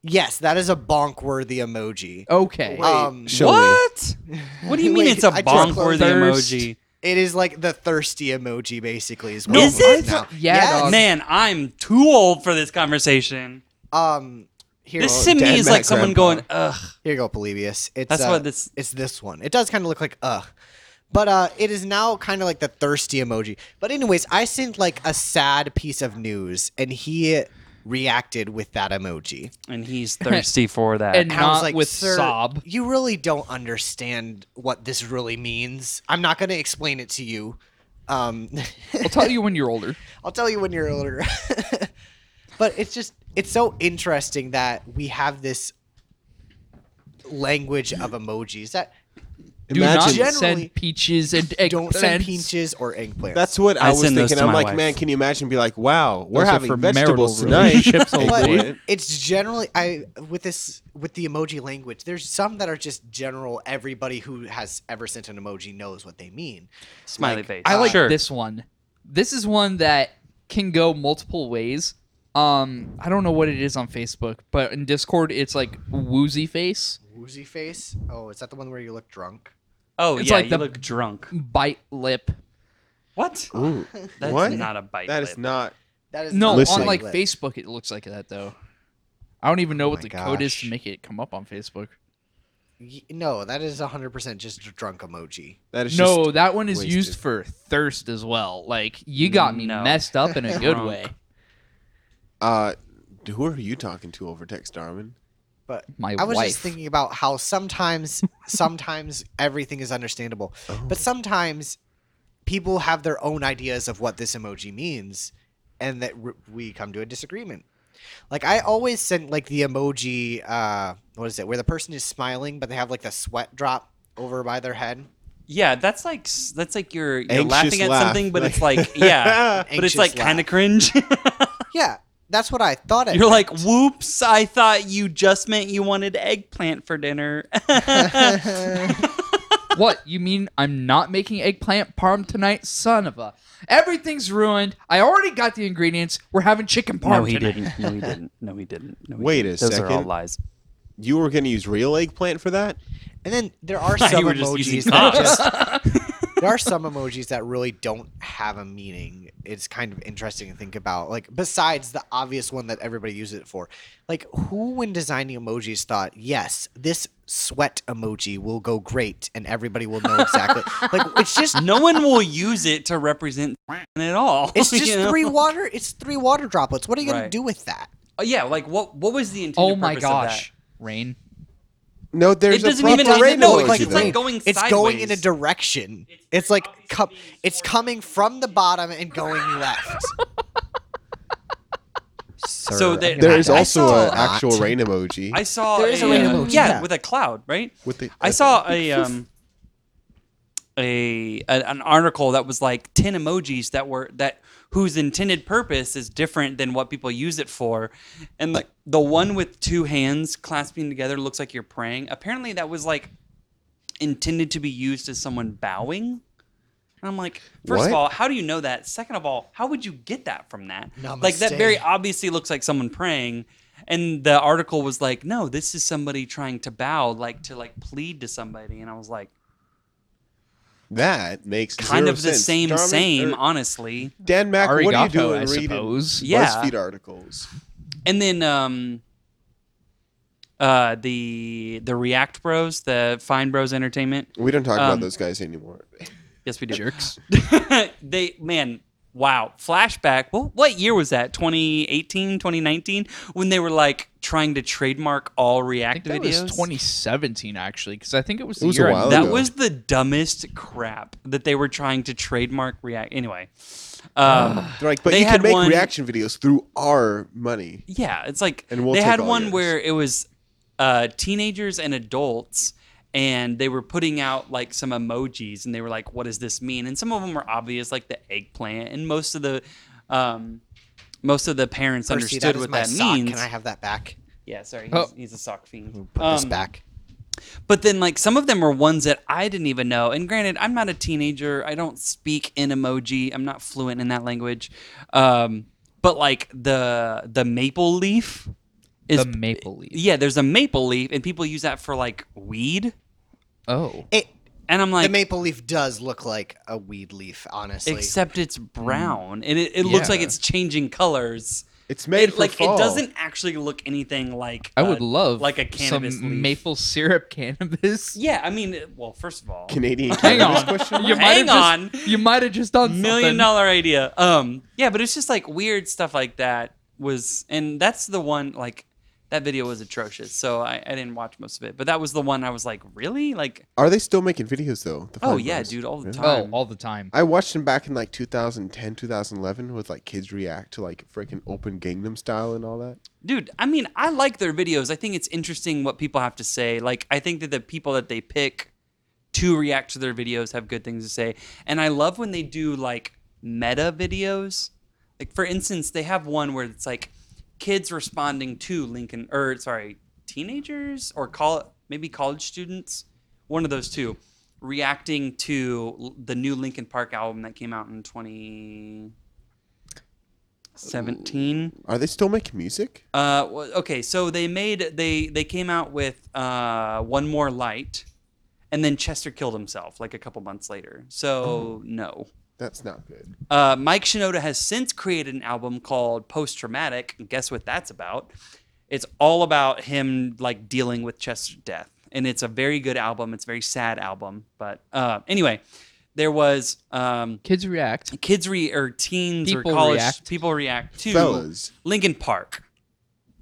Speaker 1: Yes, that is a bonk worthy emoji.
Speaker 4: Oh, Okay.
Speaker 1: Um,
Speaker 3: Show me.
Speaker 2: What? What do you mean
Speaker 1: Wait,
Speaker 2: it's a
Speaker 1: I just
Speaker 2: bonk worthy
Speaker 4: closed-
Speaker 2: emoji?
Speaker 1: it is like the thirsty emoji, basically. Is, what
Speaker 2: No,
Speaker 1: is
Speaker 2: I
Speaker 1: it? Now.
Speaker 4: thought- yeah, dog.
Speaker 2: Man, I'm too old for this conversation.
Speaker 1: Um, here,
Speaker 2: This to me
Speaker 3: Dan
Speaker 2: is
Speaker 3: Mac
Speaker 2: like someone
Speaker 3: Grandpa.
Speaker 2: going, ugh.
Speaker 1: here you go, Polybius. It's
Speaker 2: That's
Speaker 1: uh,
Speaker 2: what this-
Speaker 1: It's this one. It does kind of look like ugh, but uh, it is now kind of like the thirsty emoji. But anyways, I sent like a sad piece of news, and he reacted with that emoji.
Speaker 2: And he's thirsty for that.
Speaker 4: And-
Speaker 1: And I was
Speaker 4: Not
Speaker 1: like,
Speaker 4: with
Speaker 1: "Sir,
Speaker 4: sob."
Speaker 1: You really don't understand what this really means. I'm not going to explain it to you. Um,
Speaker 4: I'll tell you when you're older.
Speaker 1: I'll tell you when you're older. but it's just it's so interesting that we have this language of emojis that
Speaker 4: Do
Speaker 3: Imagine-
Speaker 4: not
Speaker 1: Generally,
Speaker 4: send peaches and eggplants.
Speaker 1: don't send peaches or eggplants.
Speaker 3: That's what I,
Speaker 2: I
Speaker 3: was
Speaker 2: send those
Speaker 3: thinking.
Speaker 2: to my
Speaker 3: I'm like,
Speaker 2: wife.
Speaker 3: man, can you imagine? Be like, wow, we're
Speaker 5: Those are
Speaker 3: having
Speaker 5: for marital
Speaker 3: vegetables tonight.
Speaker 5: relationships
Speaker 1: but
Speaker 3: Eggplant.
Speaker 1: it's generally I with this with the emoji language. There's some that are just general. Everybody who has ever sent an emoji knows what they mean.
Speaker 2: Smiley face.
Speaker 4: I like
Speaker 2: sure.
Speaker 4: this one. This is one that can go multiple ways. Um, I don't know what it is on Facebook, but in Discord, it's like woozy face,
Speaker 1: Woozy face. Oh, is that the one where you look drunk?
Speaker 2: Oh,
Speaker 4: It's
Speaker 2: yeah,
Speaker 4: like
Speaker 2: you
Speaker 4: the-
Speaker 2: look drunk.
Speaker 4: bite lip.
Speaker 2: What? That's
Speaker 3: What?
Speaker 2: not a bite.
Speaker 3: That
Speaker 2: lip.
Speaker 3: is not.
Speaker 1: That is
Speaker 4: No,
Speaker 1: not
Speaker 3: Listen.
Speaker 4: on like
Speaker 1: lit.
Speaker 4: Facebook, it looks like that though. I don't even know what
Speaker 1: Oh my
Speaker 4: the code is to
Speaker 1: gosh.
Speaker 4: make it come up on Facebook.
Speaker 1: Y- No, that is 100% just a drunk emoji.
Speaker 3: That is
Speaker 4: no, that one is
Speaker 3: wasted.
Speaker 4: used for thirst as well. Like you got me
Speaker 2: No.
Speaker 4: messed up in a good
Speaker 2: Drunk.
Speaker 4: way.
Speaker 3: Uh, who are you talking to over text, Darwin?
Speaker 1: But
Speaker 4: My
Speaker 1: I was
Speaker 4: wife.
Speaker 1: just thinking about how sometimes, sometimes everything is understandable,
Speaker 4: Oh.
Speaker 1: but sometimes people have their own ideas of what this emoji means, and that r- we come to a disagreement. Like I always send like the emoji, uh, what is it, where the person is smiling but they have like the sweat drop over by their head.
Speaker 2: Yeah, that's like s- that's like you're you're
Speaker 3: Anxious
Speaker 2: laughing at
Speaker 3: laugh.
Speaker 2: something, but
Speaker 3: Like-
Speaker 2: it's like yeah, but it's
Speaker 1: Anxious
Speaker 2: like kind of cringe.
Speaker 1: Yeah, that's what I thought. It
Speaker 2: you're like,
Speaker 1: meant.
Speaker 2: whoops! I thought you just meant you wanted eggplant for dinner.
Speaker 4: what you mean i'm not making eggplant parm tonight son of a everything's ruined i already got the ingredients we're having chicken parm
Speaker 2: no, he
Speaker 4: tonight.
Speaker 2: didn't. No, he didn't. No, he didn't. No, he
Speaker 3: Wait
Speaker 2: didn't.
Speaker 3: a
Speaker 2: Those are all
Speaker 3: second.
Speaker 2: lies.
Speaker 3: You were going to use real eggplant for that?
Speaker 1: And then there are
Speaker 2: thought
Speaker 1: some
Speaker 2: you were just
Speaker 1: emojis
Speaker 2: using
Speaker 1: that
Speaker 2: cocks.
Speaker 1: just there are some emojis that really don't have a meaning. It's kind of interesting to think about. Like besides the obvious one that everybody uses it for. Like who when designing emojis thought, yes, this sweat emoji will go great and everybody will know exactly like it's just
Speaker 2: No one will use it to represent at all.
Speaker 1: it's
Speaker 2: you
Speaker 1: just
Speaker 2: know?
Speaker 1: three water it's three water droplets. What are you gonna
Speaker 2: Right.
Speaker 1: do with that?
Speaker 2: Oh, yeah, like what? What was the intended
Speaker 4: oh my
Speaker 2: purpose of that?
Speaker 4: gosh rain
Speaker 3: No, there's
Speaker 2: It doesn't
Speaker 3: a
Speaker 2: even
Speaker 3: proper
Speaker 2: have to-
Speaker 3: rainbow
Speaker 2: no, it's like-
Speaker 3: emoji,
Speaker 2: it's like
Speaker 3: though.
Speaker 2: going
Speaker 1: It's going in a
Speaker 2: sideways.
Speaker 1: direction. It's like com- it's coming from the bottom and going left.
Speaker 2: So there-
Speaker 1: I'm gonna
Speaker 3: There
Speaker 1: have
Speaker 3: is
Speaker 1: to- I
Speaker 3: also
Speaker 1: saw
Speaker 3: an
Speaker 1: that.
Speaker 3: actual rain emoji.
Speaker 2: I saw
Speaker 1: There is a
Speaker 2: a,
Speaker 1: random
Speaker 2: uh,
Speaker 1: emoji.
Speaker 2: yeah,
Speaker 1: Yeah.
Speaker 2: with a cloud, right?
Speaker 3: with the,
Speaker 2: I saw a um a, a- an article that was like 10 emojis that were that whose intended purpose is different than what people use it for. And like the one with two hands clasping together looks like you're praying. Apparently that was like intended to be used as someone bowing. And I'm like, first of
Speaker 3: What?
Speaker 2: all, how do you know that? Second of all, how would you get that from that?
Speaker 1: Namaste.
Speaker 2: Like that very obviously looks like someone praying. And the article was like, no, this is somebody trying to bow, like to like plead to somebody. And I was like,
Speaker 3: that makes
Speaker 2: kind
Speaker 3: zero
Speaker 2: of the
Speaker 3: sense. er
Speaker 2: same,
Speaker 3: Darwin,
Speaker 2: same,
Speaker 3: or-
Speaker 2: honestly.
Speaker 3: Dan Mac, what are you
Speaker 4: Arigato,
Speaker 3: doing
Speaker 4: i
Speaker 3: reading
Speaker 4: suppose
Speaker 2: Yeah.
Speaker 3: BuzzFeed articles?
Speaker 2: And then um uh the the React Bros, the Fine Bros Entertainment.
Speaker 3: We don't talk
Speaker 2: Um,
Speaker 3: about those guys anymore.
Speaker 2: Yes, we do.
Speaker 4: jerks
Speaker 2: they man, wow, flashback. Well, what year was that? 2018, 2019 when they were like trying to trademark all
Speaker 4: I think
Speaker 2: react
Speaker 4: that
Speaker 2: videos.
Speaker 4: was 2017 actually, because I think it was
Speaker 3: It
Speaker 4: the
Speaker 3: was a
Speaker 4: year. I
Speaker 3: while
Speaker 4: moved.
Speaker 2: That
Speaker 3: ago.
Speaker 2: was the dumbest crap that they were trying to trademark React. Anyway, um,
Speaker 3: They're like, but
Speaker 2: They
Speaker 3: you can
Speaker 2: had
Speaker 3: make
Speaker 2: one-
Speaker 3: reaction videos through our money.
Speaker 2: yeah, it's like
Speaker 3: And we'll
Speaker 2: they
Speaker 3: take
Speaker 2: had
Speaker 3: all
Speaker 2: one
Speaker 3: yours.
Speaker 2: where it was uh, teenagers and adults, and they were putting out like some emojis, and they were like, "What does this mean?" And some of them were obvious, like the eggplant, and most of the um, most of the parents
Speaker 1: Percy, that
Speaker 2: understood
Speaker 1: is
Speaker 2: what
Speaker 1: my
Speaker 2: that
Speaker 1: sock.
Speaker 2: means.
Speaker 1: Can I have that back?
Speaker 2: Yeah, sorry, he's,
Speaker 4: Oh.
Speaker 2: he's a sock fiend.
Speaker 1: Put this
Speaker 2: Um,
Speaker 1: back.
Speaker 2: But then, like, some of them are ones that I didn't even know. And granted, I'm not a teenager. I don't speak in emoji. I'm not fluent in that language. Um, but like the the maple leaf is
Speaker 4: the Maple Leaf.
Speaker 2: yeah. There's a maple leaf, and people use that for like weed.
Speaker 4: Oh,
Speaker 1: It
Speaker 2: And I'm
Speaker 1: the
Speaker 2: like,
Speaker 1: maple leaf does look like a weed leaf, honestly.
Speaker 2: except it's brown, and it, it looks like
Speaker 4: Yeah.
Speaker 2: it's changing colors.
Speaker 3: It's made
Speaker 2: It-
Speaker 3: for
Speaker 2: like
Speaker 3: fall.
Speaker 2: it doesn't actually look anything like
Speaker 4: I
Speaker 2: a-
Speaker 4: would love
Speaker 2: Uh, like a cannabis
Speaker 4: some
Speaker 2: leaf.
Speaker 4: maple syrup cannabis.
Speaker 2: Yeah, I mean, it- well, first of all,
Speaker 3: Canadian.
Speaker 4: Hang
Speaker 3: cannabis
Speaker 4: on,
Speaker 3: Question?
Speaker 4: you
Speaker 2: mark?
Speaker 4: might have
Speaker 2: Hang
Speaker 4: just, you might have just done
Speaker 2: million
Speaker 4: something.
Speaker 2: dollar idea. Um, yeah, but it's just like weird stuff like that was, and that's the one like that video was atrocious. So I, I didn't watch most of it, but that was the one I was like, really, like,
Speaker 3: Are they still making videos though? the
Speaker 2: oh
Speaker 3: Fine
Speaker 2: yeah,
Speaker 3: Brothers?
Speaker 2: dude, all the
Speaker 3: Really?
Speaker 4: Oh,
Speaker 2: time.
Speaker 4: all the time.
Speaker 3: I watched them back in like 2010, 2011 with like kids react to like freaking open Gangnam style and all that.
Speaker 2: dude. I mean, I like their videos. I think it's interesting what people have to say. Like, I think that the people that they pick to react to their videos have good things to say, and I love when they do like meta videos. Like for instance, they have one where it's like kids responding to Lincoln or sorry, teenagers or call maybe college students, one of those two, reacting to l- the new Lincoln Park album that came out in 2017.
Speaker 3: Are they still making music?
Speaker 2: Uh, well, okay, so they made they they came out with uh, one more light, and then Chester killed himself like a couple months later.
Speaker 4: Oh.
Speaker 2: So no.
Speaker 3: That's not good.
Speaker 2: Uh, Mike Shinoda has since created an album called Post Traumatic. and Guess what that's about? It's all about him like dealing with Chester's death, and it's a very good album. It's a very sad album, but uh, anyway, there was um,
Speaker 4: Kids react.
Speaker 2: kids re or teens
Speaker 4: People
Speaker 2: or college
Speaker 4: react.
Speaker 2: people react to
Speaker 3: Fellas.
Speaker 2: Lincoln Park,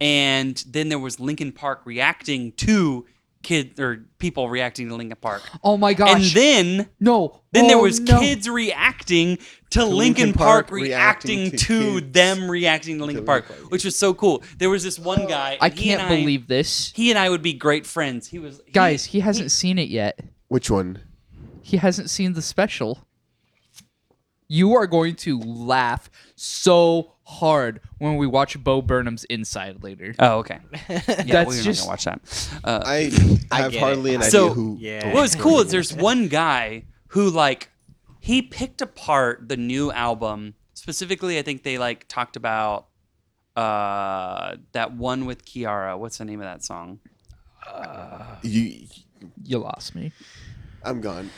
Speaker 2: and then there was Lincoln Park reacting to kid or people reacting to Lincoln Park,
Speaker 4: Oh my gosh.
Speaker 2: and then
Speaker 4: no.
Speaker 2: then there
Speaker 4: Oh,
Speaker 2: was
Speaker 4: no.
Speaker 2: kids reacting to, Lincoln,
Speaker 3: Linkin
Speaker 2: Park,
Speaker 3: Park
Speaker 2: reacting,
Speaker 3: reacting to
Speaker 2: to,
Speaker 3: kids.
Speaker 2: them reacting to Lincoln Park,
Speaker 3: Park.
Speaker 2: which was so cool. There was this one guy.
Speaker 4: Oh, I
Speaker 2: and he and
Speaker 4: can't believe this.
Speaker 2: he and I would be great friends. He was he-
Speaker 4: Guys, he hasn't seen it yet.
Speaker 3: Which one?
Speaker 4: He hasn't seen the special. You are going to laugh so hard when we watch Bo Burnham's Inside later.
Speaker 2: Oh, okay. Yeah,
Speaker 4: That's
Speaker 2: we're
Speaker 4: just-
Speaker 2: not gonna watch that. Uh,
Speaker 3: I have
Speaker 1: get
Speaker 3: hardly
Speaker 1: it.
Speaker 3: an
Speaker 2: So-
Speaker 3: idea who.
Speaker 1: Yeah.
Speaker 2: What was cool is there's one guy who like he picked apart the new album specifically. I think they like talked about uh that one with Kiara. What's the name of that song?
Speaker 3: You,
Speaker 4: You lost me.
Speaker 3: I'm gone.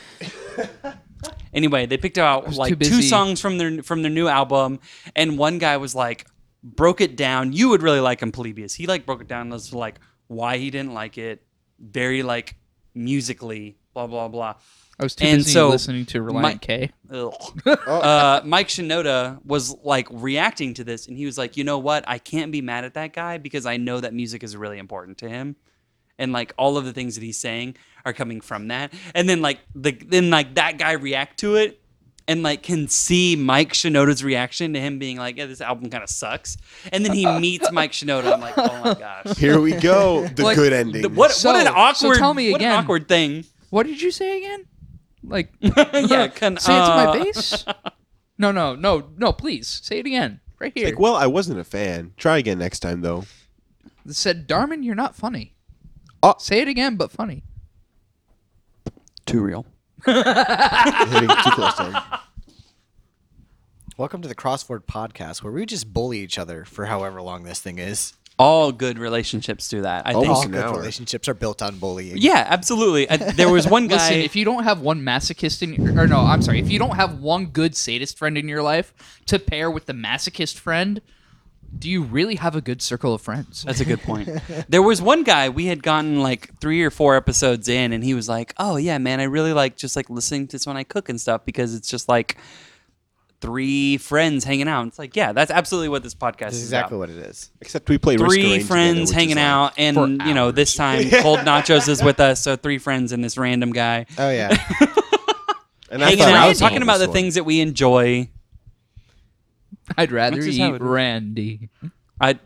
Speaker 2: Anyway, they picked out
Speaker 4: was too
Speaker 2: like two
Speaker 4: busy.
Speaker 2: songs from their from their new album, and one guy was like broke it down. You would really like him, Polybius. He like broke it down as to like why he didn't like it, very like musically, blah blah blah.
Speaker 4: I was too
Speaker 2: And
Speaker 4: busy
Speaker 2: so,
Speaker 4: listening to Reliant K.
Speaker 2: Ugh.
Speaker 1: Oh.
Speaker 2: Uh, Mike Shinoda was like reacting to this, and he was like, "You know what? I can't be mad at that guy because I know that music is really important to him, and like all of the things that he's saying are coming from that." And then like the then like that guy react to it, and like can see Mike Shinoda's reaction to him being like, "Yeah, this album kind of sucks," and then he meets Mike Shinoda. I'm like, "Oh my gosh."
Speaker 3: Here we go. The
Speaker 4: Like,
Speaker 3: good ending.
Speaker 2: The- what,
Speaker 4: So-
Speaker 2: what an
Speaker 4: so
Speaker 2: awkward
Speaker 4: tell me
Speaker 2: what an
Speaker 4: again.
Speaker 2: awkward thing.
Speaker 4: What did you say again? Like,
Speaker 2: yeah, can,
Speaker 4: say it to
Speaker 2: uh,
Speaker 4: my face? No, no, no, no, please. Say it again. Right here.
Speaker 3: Like, well, I wasn't a fan. Try again next time, though.
Speaker 4: It said, Darman, you're not funny.
Speaker 2: Uh,
Speaker 3: Oh.
Speaker 4: Say it again, but funny.
Speaker 2: Too real.
Speaker 3: Hitting too close to him.
Speaker 1: Welcome to the Crossword Podcast, where we just bully each other for however long this thing is.
Speaker 2: all good relationships do that. I think.
Speaker 3: Almost
Speaker 1: Oh, All
Speaker 3: an
Speaker 1: good
Speaker 3: hour.
Speaker 1: relationships are built on bullying.
Speaker 2: Yeah, absolutely. I, there was one guy.
Speaker 4: Listen, if you don't have one masochist in your, or no, I'm sorry, if you don't have one good sadist friend in your life to pair with the masochist friend, do you really have a good circle of friends?
Speaker 2: that's a good point. There was one guy we had gotten like three or four episodes in, and he was like, "Oh yeah, man, I really like just like listening to this when I cook and stuff because it's just like three friends hanging out. It's like, yeah, that's absolutely what this podcast
Speaker 1: That's
Speaker 2: is
Speaker 1: exactly
Speaker 2: about.
Speaker 1: what it is.
Speaker 3: Except we play Risk
Speaker 2: Three
Speaker 3: Arrange
Speaker 2: friends
Speaker 3: together, which is
Speaker 2: hanging
Speaker 3: like-
Speaker 2: out, and
Speaker 4: for
Speaker 2: you know, this time Cold Nachos is with us, so three friends and this random guy
Speaker 1: Oh yeah.
Speaker 3: and
Speaker 2: hanging
Speaker 3: thought
Speaker 2: out,
Speaker 3: was
Speaker 2: talking about
Speaker 3: this
Speaker 2: the
Speaker 3: one.
Speaker 2: things that we enjoy.
Speaker 4: I'd rather
Speaker 2: That's just how it
Speaker 4: eat
Speaker 2: is.
Speaker 4: Randy.
Speaker 2: I
Speaker 1: did,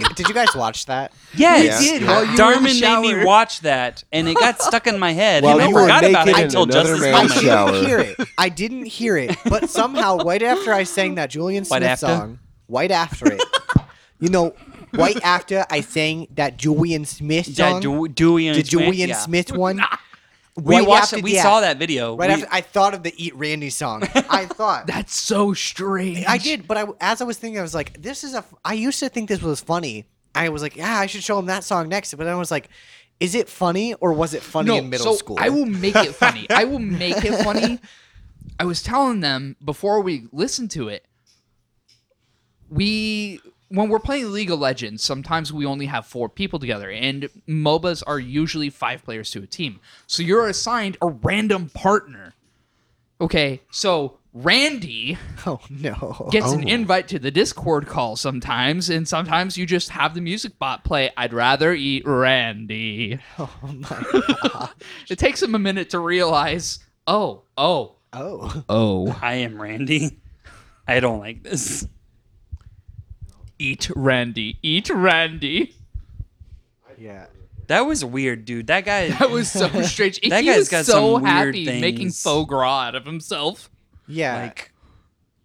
Speaker 1: you, did you guys watch that?
Speaker 2: yeah,
Speaker 3: Yeah.
Speaker 2: it did.
Speaker 4: Yeah. While you were in the
Speaker 2: Darman made me
Speaker 4: shower.
Speaker 2: watch that, and it got stuck in my head,
Speaker 3: While
Speaker 2: and
Speaker 3: you
Speaker 2: I
Speaker 3: were
Speaker 2: forgot about
Speaker 3: naked
Speaker 2: it
Speaker 3: in
Speaker 2: until just
Speaker 3: another
Speaker 2: this
Speaker 3: man's
Speaker 2: moment.
Speaker 1: I
Speaker 3: shower.
Speaker 1: didn't hear it. I didn't hear it. But somehow, right after I sang that Julian
Speaker 2: Right
Speaker 1: Smith
Speaker 2: after?
Speaker 1: song, right after it, you know, right after I sang that Julian Smith
Speaker 2: Yeah,
Speaker 1: song,
Speaker 2: Dew- Dewey and
Speaker 1: the Julian
Speaker 2: yeah.
Speaker 1: Smith one.
Speaker 2: We
Speaker 1: right
Speaker 2: watched.
Speaker 1: after
Speaker 2: it. We
Speaker 1: that-
Speaker 2: saw that video.
Speaker 1: Right
Speaker 2: We-
Speaker 1: after I thought of the Eat Randy song. I thought
Speaker 4: That's so strange.
Speaker 1: I did, but I as I was thinking, I was like, "This is a." f- I used to think this was funny. I was like, "Yeah, I should show him that song next." But then I was like, "Is it funny or was it funny in middle
Speaker 4: so
Speaker 1: school?"
Speaker 4: I will make it funny. I will make it funny. I was telling them before we listened to it. We when we're playing League of Legends, sometimes we only have four people together, and MOBAs are usually five players to a team. So you're assigned a random partner. Okay, so Randy
Speaker 1: Oh no!
Speaker 4: gets an invite to the Discord call sometimes, and sometimes you just have the music bot play. I'd rather eat Randy.
Speaker 1: oh my!
Speaker 4: It takes him a minute to realize, oh, oh,
Speaker 1: Oh.
Speaker 4: oh,
Speaker 2: I am Randy. I don't like this.
Speaker 4: eat Randy, eat Randy.
Speaker 1: Yeah.
Speaker 2: That was weird, dude. That guy.
Speaker 4: That was so strange.
Speaker 2: That
Speaker 4: he
Speaker 2: guy's
Speaker 4: was
Speaker 2: got
Speaker 4: so
Speaker 2: some weird
Speaker 4: happy
Speaker 2: things.
Speaker 4: making faux gras out of himself.
Speaker 1: Yeah.
Speaker 2: like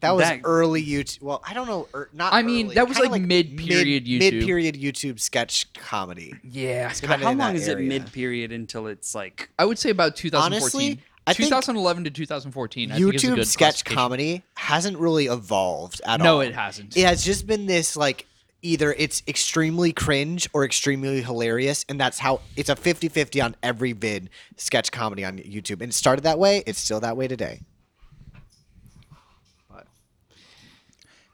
Speaker 1: that was
Speaker 2: that-
Speaker 1: early YouTube. Well, I don't know. Er, not.
Speaker 4: I mean,
Speaker 1: early,
Speaker 4: that was
Speaker 1: kinda
Speaker 4: like mid-period YouTube.
Speaker 1: Mid-period YouTube sketch comedy.
Speaker 4: Yeah.
Speaker 1: It's
Speaker 2: Yeah,
Speaker 1: kinda
Speaker 2: but how
Speaker 1: in that
Speaker 2: long is
Speaker 1: area.
Speaker 2: it mid period until it's like
Speaker 4: I would say about 2014.
Speaker 1: Honestly, I think
Speaker 4: 2011 to 2014. I think is a
Speaker 1: YouTube
Speaker 4: good
Speaker 1: sketch
Speaker 4: classification.
Speaker 1: comedy hasn't really evolved at all.
Speaker 4: No, it hasn't.
Speaker 1: It has just been this like either it's extremely cringe or extremely hilarious and that's how it's a 50-50 on every vid sketch comedy on YouTube and it started that way it's still that way today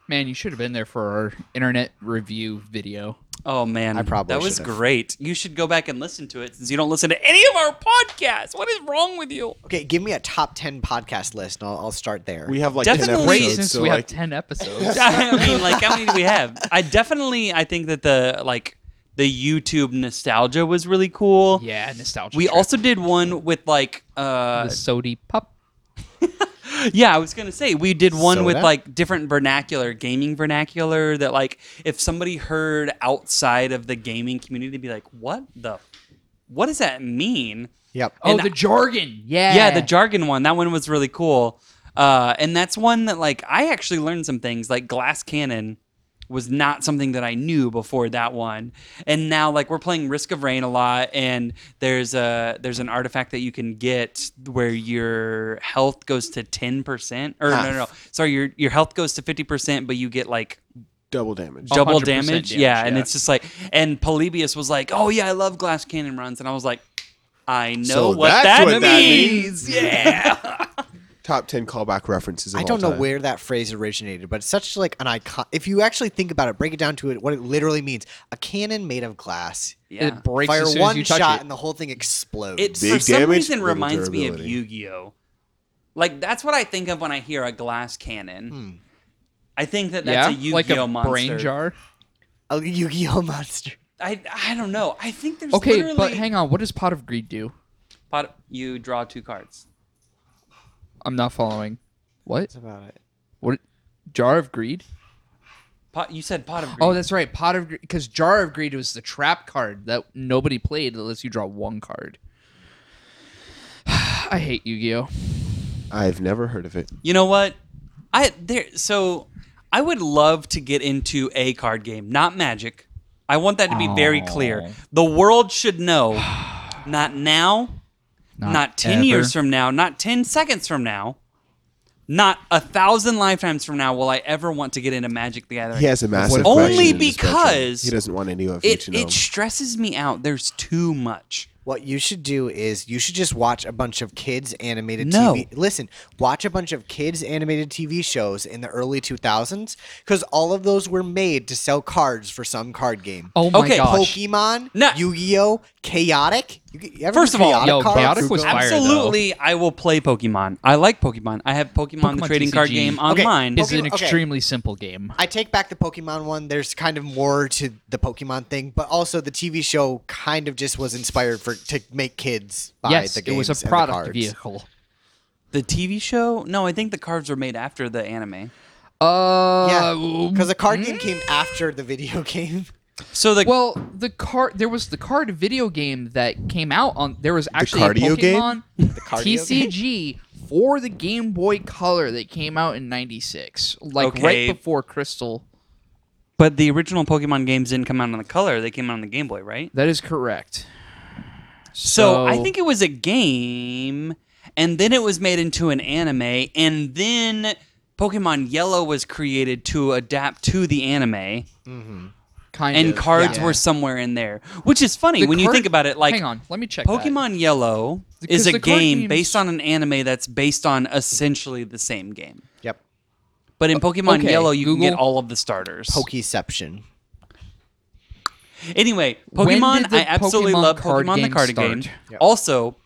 Speaker 4: Man, you should have been there for our internet review video.
Speaker 2: oh man,
Speaker 1: I probably
Speaker 2: that was
Speaker 1: should've.
Speaker 2: great. You should go back and listen to it since you don't listen to any of our podcasts. What is wrong with you?
Speaker 1: okay give me a top 10 podcast list and I'll, I'll start there
Speaker 3: We have like
Speaker 2: Definitely-
Speaker 3: 10
Speaker 4: Great,
Speaker 3: episodes,
Speaker 4: since
Speaker 3: so
Speaker 4: we have
Speaker 3: like,
Speaker 4: 10 episodes.
Speaker 2: I mean, like how many do we have? I definitely I think that the like the YouTube nostalgia was really cool.
Speaker 4: yeah, nostalgia.
Speaker 2: We
Speaker 4: trip.
Speaker 2: also did one with like uh
Speaker 4: the Sody Pup.
Speaker 2: Yeah, I was gonna say we did one with
Speaker 1: Soda?
Speaker 2: like different vernacular, gaming vernacular that like if somebody heard outside of the gaming community, they'd be like, "What the? What does that mean?"
Speaker 1: yep
Speaker 4: Oh,
Speaker 2: And
Speaker 4: the jargon. Yeah.
Speaker 2: Yeah, the jargon one. That one was really cool, uh, and that's one that like I actually learned some things. Like glass cannon was not something that I knew before that one, and now like we're playing Risk of Rain a lot, and there's a there's an artifact that you can get where your health goes to ten percent, or no, no, no, sorry, your your health goes to fifty percent, but you get like
Speaker 3: double damage.
Speaker 2: double
Speaker 4: 100%
Speaker 2: damage.
Speaker 4: damage,
Speaker 2: yeah, and
Speaker 4: yeah.
Speaker 2: it's just like, and Polybius was like, "Oh yeah, I love glass cannon runs," and I was like, "I know
Speaker 3: So
Speaker 2: what,
Speaker 3: that's
Speaker 2: that,
Speaker 3: what that
Speaker 2: means. Yeah,
Speaker 3: Top 10 callback references of
Speaker 1: I
Speaker 3: all
Speaker 1: don't know
Speaker 3: time.
Speaker 1: where that phrase originated, but it's such like an icon. If you actually think about it, break it down to it, what it literally means: a cannon made of glass.
Speaker 2: yeah.
Speaker 4: It breaks
Speaker 1: Fire
Speaker 4: as soon
Speaker 1: one
Speaker 4: as you touch
Speaker 1: shot
Speaker 4: it.
Speaker 1: and the whole thing explodes.
Speaker 2: It
Speaker 3: Big
Speaker 2: for some
Speaker 3: damage,
Speaker 2: reason
Speaker 3: little
Speaker 2: reminds me of
Speaker 3: durability.
Speaker 2: Yu-Gi-Oh. Like that's what I think of when I hear a glass cannon. I think that that's
Speaker 4: Hmm. yeah,
Speaker 2: a Yu-Gi-Oh
Speaker 4: like a
Speaker 2: monster.
Speaker 4: brain jar.
Speaker 1: a Yu-Gi-Oh monster.
Speaker 2: I I don't know. I think there's
Speaker 4: Okay,
Speaker 2: literally
Speaker 4: but hang on. What does Pot of Greed do?
Speaker 2: Pot- you draw two cards.
Speaker 4: I'm not following. What?
Speaker 1: That's about it.
Speaker 4: What? Jar of Greed?
Speaker 2: Pot you said pot of greed.
Speaker 4: Oh, that's right. Pot of Greed. Because Jar of Greed was the trap card that nobody played that lets you draw one card. I hate Yu Gi Oh!
Speaker 3: I've never heard of it.
Speaker 2: You know what? I there so I would love to get into a card game, not Magic. I want that to be very clear. The world should know, not now, not, 10 years from now, not 10 seconds from now, not a thousand lifetimes from now will I ever want to get into Magic the Gathering.
Speaker 3: He has a massive
Speaker 2: Only
Speaker 3: collection in his
Speaker 2: because
Speaker 3: bedroom. he doesn't want any of you
Speaker 2: it
Speaker 3: to know.
Speaker 2: it stresses me out. There's too much.
Speaker 1: What you should do is you should just watch a bunch of kids animated
Speaker 2: No.
Speaker 1: TV. Listen, watch a bunch of kids animated TV shows in the early 2000s cuz all of those were made to sell cards for some card game.
Speaker 4: Oh my
Speaker 2: Okay,
Speaker 4: gosh.
Speaker 1: Pokemon,
Speaker 2: No.
Speaker 1: Yu-Gi-Oh, Chaotic. You get, you ever
Speaker 2: First
Speaker 1: do
Speaker 2: of all,
Speaker 1: chaotic
Speaker 2: yo,
Speaker 1: cards?
Speaker 5: chaotic was fire. though.
Speaker 2: Absolutely, I will play Pokemon. I like Pokemon. I have Pokemon, the
Speaker 4: Pokemon
Speaker 2: trading card
Speaker 4: TCG.
Speaker 2: game
Speaker 1: Okay.
Speaker 2: online.
Speaker 4: It's an
Speaker 1: Pokemon- okay.
Speaker 4: extremely simple game.
Speaker 1: I take back the Pokemon one. There's kind of more to the Pokemon thing, but also the TV show kind of just was inspired for to make kids buy
Speaker 4: Yes,
Speaker 1: the
Speaker 4: it
Speaker 1: games
Speaker 4: was
Speaker 1: and
Speaker 4: a
Speaker 1: the
Speaker 4: product
Speaker 1: cards.
Speaker 4: vehicle.
Speaker 2: The TV show? No, I think the cards were made after the anime.
Speaker 4: Uh, mm.
Speaker 1: Yeah, because the card game came after the video game.
Speaker 2: So the
Speaker 4: Well, the card there was the card video game that came out on there was actually a
Speaker 3: cardio game?
Speaker 4: Pokemon
Speaker 1: cardio
Speaker 4: TCG for the Game Boy Color that came out in '96, like
Speaker 2: Okay.
Speaker 4: right before Crystal.
Speaker 2: but the original Pokemon games didn't come out on the color; they came out on the Game Boy, right?
Speaker 4: That is correct.
Speaker 2: So I
Speaker 4: So-
Speaker 2: think it was a game, and then it was made into an anime, and then Pokemon Yellow was created to adapt to the anime,
Speaker 4: Kind
Speaker 2: and
Speaker 4: of,
Speaker 2: cards
Speaker 4: yeah.
Speaker 2: were somewhere in there, which is funny
Speaker 4: The
Speaker 2: when you
Speaker 4: card-
Speaker 2: think about it. Like
Speaker 4: hang on, let me check. that.
Speaker 2: Pokemon Yellow
Speaker 4: Because
Speaker 2: is a
Speaker 4: the card
Speaker 2: game
Speaker 4: games-
Speaker 2: based on an anime that's based on essentially the same game.
Speaker 1: Yep.
Speaker 2: But in Pokemon
Speaker 4: Uh, okay,
Speaker 2: Yellow, you can get
Speaker 4: Google-
Speaker 2: all of the starters.
Speaker 1: Pokeception.
Speaker 2: Anyway,
Speaker 4: When
Speaker 2: Pokemon,
Speaker 4: did the
Speaker 2: I absolutely
Speaker 4: Pokemon
Speaker 2: love
Speaker 4: card
Speaker 2: Pokemon the
Speaker 4: game
Speaker 2: card
Speaker 4: start?
Speaker 2: game. Also,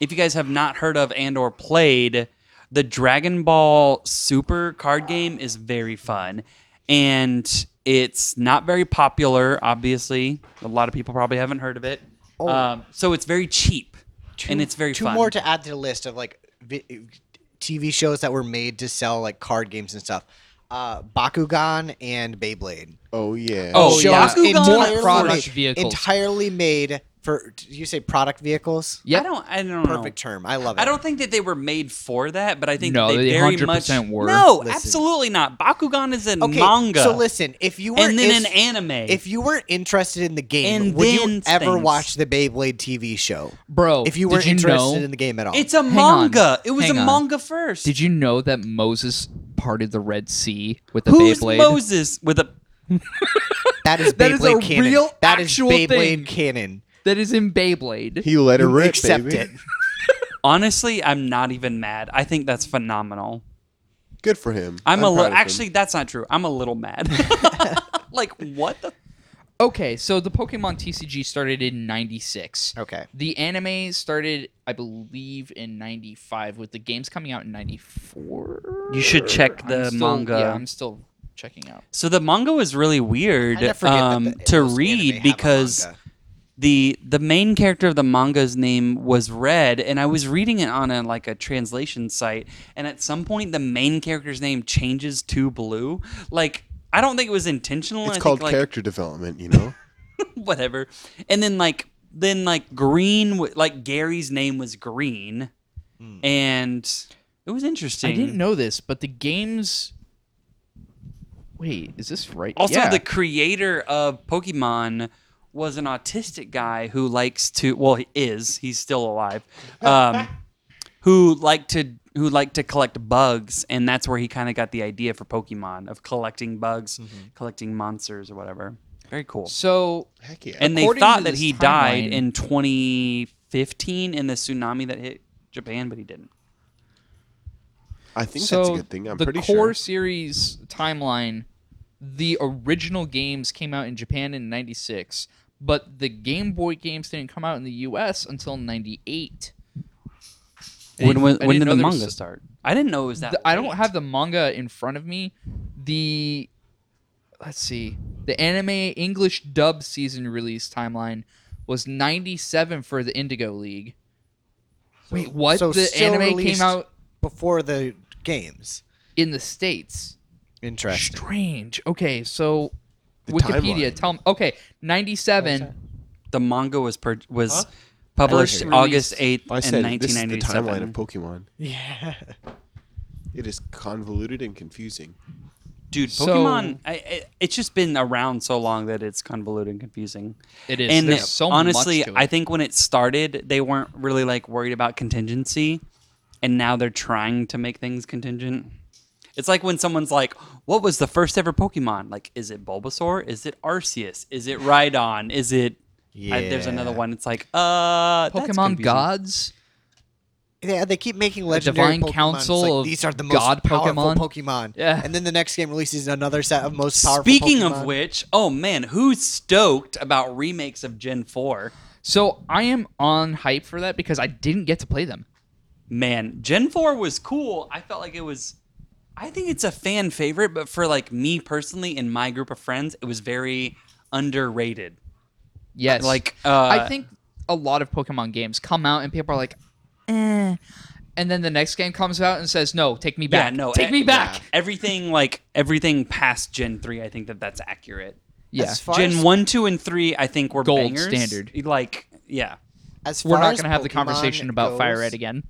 Speaker 2: if you guys have not heard of and or played, the Dragon Ball Super card game is very fun. And it's not very popular, obviously. A lot of people probably haven't heard of it.
Speaker 4: Oh.
Speaker 2: Um, so it's very cheap. and it's very
Speaker 1: Two
Speaker 2: fun.
Speaker 1: more to add to the list of like vi- TV shows that were made to sell like card games and stuff. Uh, Bakugan and Beyblade.
Speaker 3: Oh yeah.
Speaker 2: Oh,
Speaker 1: shows
Speaker 2: yeah. Bakugan
Speaker 1: entirely-
Speaker 4: product vehicles.
Speaker 1: entirely made for. Did you say product vehicles?
Speaker 4: Yep.
Speaker 2: I don't I don't know.
Speaker 1: Perfect term. I love it.
Speaker 2: I don't think that they were made for that, but I think
Speaker 4: No,
Speaker 2: that they,
Speaker 4: they
Speaker 2: very much
Speaker 4: 100% were.
Speaker 2: No,
Speaker 1: Listen.
Speaker 2: absolutely not. Bakugan is a
Speaker 1: okay,
Speaker 2: manga.
Speaker 1: So listen, if you were
Speaker 2: and then
Speaker 1: if,
Speaker 2: an anime.
Speaker 1: if you weren't interested in the game,
Speaker 2: And
Speaker 1: would you
Speaker 2: then
Speaker 1: ever
Speaker 2: things.
Speaker 1: watch the Beyblade TV show?
Speaker 4: bro.
Speaker 1: if you
Speaker 4: did
Speaker 1: weren't interested
Speaker 4: know-
Speaker 1: in the game at all,
Speaker 2: it's a
Speaker 4: on,
Speaker 2: manga. it was a
Speaker 4: hang on.
Speaker 2: manga first.
Speaker 4: Did you know that Moses parted the Red Sea with a
Speaker 2: Who's
Speaker 4: Beyblade?
Speaker 2: Moses with a
Speaker 1: that is Beyblade
Speaker 4: that is a
Speaker 1: canon.
Speaker 4: real
Speaker 1: that is
Speaker 4: actual
Speaker 1: Beyblade
Speaker 4: thing.
Speaker 1: canon.
Speaker 4: that is in Beyblade.
Speaker 3: he let her rip,
Speaker 1: Accept
Speaker 3: baby.
Speaker 1: it.
Speaker 2: Honestly, I'm not even mad. I think that's phenomenal.
Speaker 3: Good for him.
Speaker 2: I'm, a
Speaker 3: proud
Speaker 2: little
Speaker 3: of him.
Speaker 2: actually that's not true. I'm a little mad. like what the
Speaker 4: Okay, so the Pokemon TCG started in 96.
Speaker 1: Okay.
Speaker 4: The anime started, I believe, in 95, with the games coming out in 94.
Speaker 2: You should check
Speaker 4: I'm
Speaker 2: the
Speaker 4: still-
Speaker 2: manga.
Speaker 4: Yeah, I'm still checking out.
Speaker 2: So the manga was really weird
Speaker 1: I never forget that
Speaker 2: um,
Speaker 1: the-
Speaker 2: to
Speaker 1: most anime
Speaker 2: read
Speaker 1: have a
Speaker 2: because
Speaker 1: manga.
Speaker 2: the the main character of the manga's name was Red, and I was reading it on a like a translation site, and at some point the main character's name changes to Blue. Like I don't think it was intentional. and
Speaker 3: It's
Speaker 2: I
Speaker 3: called
Speaker 2: think, like,
Speaker 3: character development, you know.
Speaker 2: whatever. And then like then like Green w- like Gary's name was Green, and it was interesting.
Speaker 4: Hmm. I didn't know this, but the games. Wait, is this right?
Speaker 2: Also,
Speaker 4: yeah.
Speaker 2: the creator of Pokemon was an autistic guy who likes to. Well, he is. He's still alive. Um, who liked to who liked to collect bugs, and that's where he kind of got the idea for Pokemon of collecting bugs, collecting monsters or whatever. Very cool.
Speaker 4: Mm-hmm. So
Speaker 3: Heck yeah.
Speaker 2: And they
Speaker 4: according
Speaker 2: thought
Speaker 4: to
Speaker 2: that
Speaker 4: this
Speaker 2: he died
Speaker 4: timeline-
Speaker 2: in 2015 in the tsunami that hit Japan, but he didn't.
Speaker 3: I think
Speaker 4: so
Speaker 3: that's a good thing. I'm
Speaker 4: the
Speaker 3: pretty
Speaker 4: core
Speaker 3: sure.
Speaker 4: series timeline, the original games came out in Japan in '96, but the Game Boy games didn't come out in the U.S. until '98.
Speaker 2: When, when, when did the manga
Speaker 4: start?
Speaker 2: start? I didn't know it was that.
Speaker 4: the- I don't
Speaker 2: late.
Speaker 4: have the manga in front of me. The let's see. The anime English dub season release timeline was 97 for the Indigo League. Wait, what?
Speaker 1: so
Speaker 4: the
Speaker 1: still
Speaker 4: anime
Speaker 1: released-
Speaker 4: came out
Speaker 1: before the games.
Speaker 4: in the states.
Speaker 1: Interesting.
Speaker 4: Strange. Okay, so
Speaker 3: The
Speaker 4: Wikipedia
Speaker 3: timeline.
Speaker 4: tell me. Okay, 97.
Speaker 2: the manga was per- was published
Speaker 4: Released.
Speaker 2: August 8th
Speaker 3: I
Speaker 2: in
Speaker 3: said this is the timeline
Speaker 2: 1997.
Speaker 3: of Pokemon.
Speaker 1: Yeah.
Speaker 3: It is convoluted and confusing.
Speaker 2: Dude,
Speaker 4: So-
Speaker 2: Pokemon, I, I, it's just been around so long that it's convoluted and confusing.
Speaker 4: It is.
Speaker 2: and
Speaker 4: There's so much
Speaker 2: honestly,
Speaker 4: to it.
Speaker 2: I think when it started, they weren't really like worried about contingency, and now they're trying to make things contingent. It's like when someone's like, "What was the first ever Pokemon? Like, is it Bulbasaur? Is it Arceus? Is it Rhydon? Is it?" I- there's
Speaker 1: Yeah.
Speaker 2: another one. It's like, uh, that's
Speaker 4: Pokemon
Speaker 2: confusing.
Speaker 4: Gods.
Speaker 1: Yeah, they keep making legendary
Speaker 4: Divine
Speaker 1: Pokemon. It's
Speaker 4: Council
Speaker 1: like,
Speaker 4: of
Speaker 1: These are the most
Speaker 4: God
Speaker 1: powerful
Speaker 4: Pokemon."
Speaker 1: Pokemon.
Speaker 4: Yeah.
Speaker 1: And then the next game releases another set of most powerful
Speaker 2: Speaking
Speaker 1: Pokemon.
Speaker 2: of which, oh man, who's stoked about remakes of Gen 4?
Speaker 4: So I am on hype for that because I didn't get to play them.
Speaker 2: man gen 4 was cool i felt like it was i think it's a fan favorite but for like me personally and my group of friends it was very underrated
Speaker 4: Yes.
Speaker 2: like uh,
Speaker 4: I think a lot of Pokemon games come out and people are like, eh. And then the next game comes out and says, no, take me
Speaker 2: yeah
Speaker 4: back.
Speaker 2: no
Speaker 1: eh,
Speaker 4: Take
Speaker 2: e-
Speaker 4: me back.
Speaker 2: yeah. everything like everything past gen 3 i think that that's accurate
Speaker 4: Yeah.
Speaker 1: As far
Speaker 2: gen
Speaker 1: as-
Speaker 2: 1 2 and 3 i think were
Speaker 4: Gold
Speaker 2: bangers.
Speaker 4: standard.
Speaker 2: like yeah
Speaker 1: As
Speaker 4: We're
Speaker 1: far
Speaker 4: not
Speaker 1: as
Speaker 4: going to have the
Speaker 1: Pokemon
Speaker 4: conversation about Fire
Speaker 1: goes,
Speaker 4: Red again.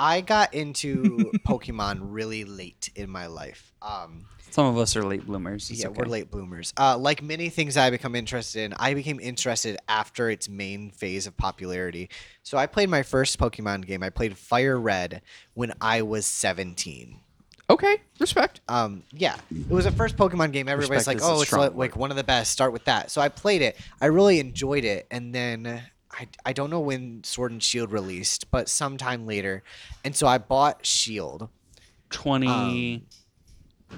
Speaker 1: I got into Pokemon really late in my life. Um,
Speaker 2: some of us are late bloomers It's
Speaker 1: yeah,
Speaker 2: okay.
Speaker 1: we're late bloomers. Uh, like many things I become interested in, I became interested after its main phase of popularity. So I played my first Pokemon game. I played Fire Red when I was 17.
Speaker 4: Okay. Respect.
Speaker 1: Um, yeah, it was the first Pokemon game. Everybody's
Speaker 2: Respect
Speaker 1: like,
Speaker 2: is a
Speaker 1: "Oh, it's
Speaker 2: strong
Speaker 1: like, like one of the best. Start with that." So I played it. I really enjoyed it, and then I I don't know when Sword and Shield released, but sometime later, and so I bought Shield.
Speaker 2: 20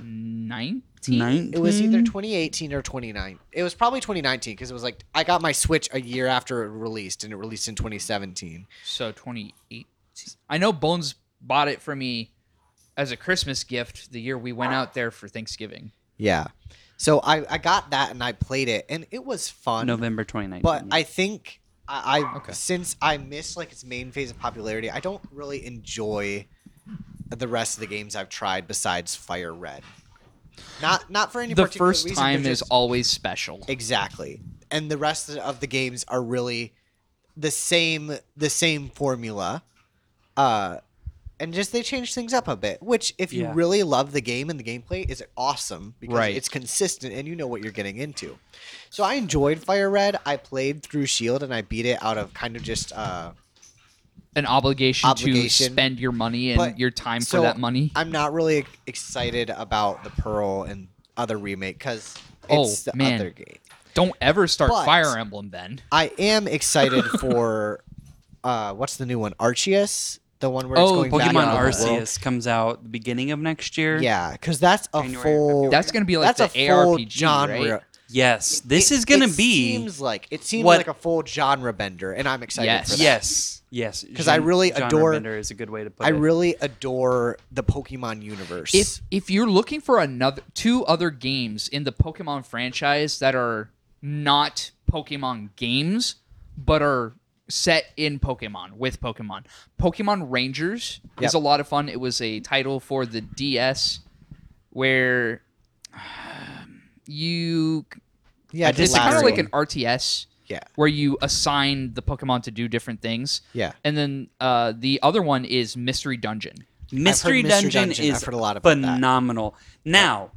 Speaker 4: Nine.
Speaker 1: Um, It was either 2018 or 29. It was probably 2019 because it was like I got my Switch a year after it released, and it released in 2017.
Speaker 4: So 28. I know Bones bought it for me as a Christmas gift the year we went out there for Thanksgiving.
Speaker 1: Yeah, so I I got that and I played it, and it was fun.
Speaker 2: november 2019
Speaker 1: but I think I, I
Speaker 4: Okay.
Speaker 1: since I missed like its main phase of popularity, I don't really enjoy the rest of the games I've tried besides Fire Red. Not not for any
Speaker 4: The
Speaker 1: particular
Speaker 4: first
Speaker 1: reason,
Speaker 4: time
Speaker 1: they're
Speaker 4: is
Speaker 1: just-
Speaker 4: always special.
Speaker 1: exactly, and the rest of the games are really the same the same formula. Uh, and just they change things up a bit, which if you
Speaker 2: Yeah.
Speaker 1: really love the game and the gameplay is awesome because
Speaker 4: Right.
Speaker 1: it's consistent and you know what you're getting into. So I enjoyed Fire Red. I played through Shield and I beat it out of kind of just uh
Speaker 4: An obligation, to
Speaker 1: Obligation.
Speaker 4: spend your money and
Speaker 1: But-
Speaker 4: your time
Speaker 1: so
Speaker 4: for that money.
Speaker 1: I'm not really excited about the Pearl and other remake cuz
Speaker 4: Oh,
Speaker 1: it's the
Speaker 4: man.
Speaker 1: other game.
Speaker 4: Don't ever start
Speaker 1: But-
Speaker 4: Fire Emblem then.
Speaker 1: I am excited for uh what's the new one? Arceus, the one where
Speaker 4: Oh,
Speaker 1: it's going back
Speaker 2: pokemon
Speaker 1: into the world.
Speaker 2: arceus comes out the beginning of next year
Speaker 1: Yeah, cuz that's a
Speaker 2: January,
Speaker 1: full
Speaker 2: February.
Speaker 4: That's going to be like
Speaker 1: that's
Speaker 4: the
Speaker 1: a full
Speaker 4: ARPG,
Speaker 1: genre.
Speaker 4: right?
Speaker 2: yes this
Speaker 1: is
Speaker 2: is gonna
Speaker 1: it
Speaker 2: be
Speaker 1: seems like it seems
Speaker 2: what-
Speaker 1: like a full genre bender, and I'm excited
Speaker 4: Yes.
Speaker 1: for that.
Speaker 2: Yes, yes.
Speaker 1: 'Cause I really
Speaker 2: genre
Speaker 1: adore-
Speaker 2: Bender is a good way to put
Speaker 1: I
Speaker 2: it.
Speaker 1: really adore the Pokemon universe.
Speaker 4: If if you're looking for another two other games in the Pokemon franchise that are not Pokemon games but are set in Pokemon with Pokemon, Pokemon Rangers
Speaker 1: Yep.
Speaker 4: is a lot of fun. It was a title for the DS where you
Speaker 1: yeah,
Speaker 2: I
Speaker 4: it's
Speaker 2: disagree.
Speaker 4: kind of like
Speaker 1: Lateral.
Speaker 4: an RTS
Speaker 1: yeah,
Speaker 4: where you assign the Pokemon to do different things.
Speaker 1: yeah.
Speaker 4: And then uh, the other one is Mystery Dungeon.
Speaker 2: Mystery,
Speaker 1: I've heard Mystery
Speaker 2: Dungeon,
Speaker 1: Dungeon.
Speaker 2: is
Speaker 1: I've heard a lot about that.
Speaker 2: phenomenal. Now,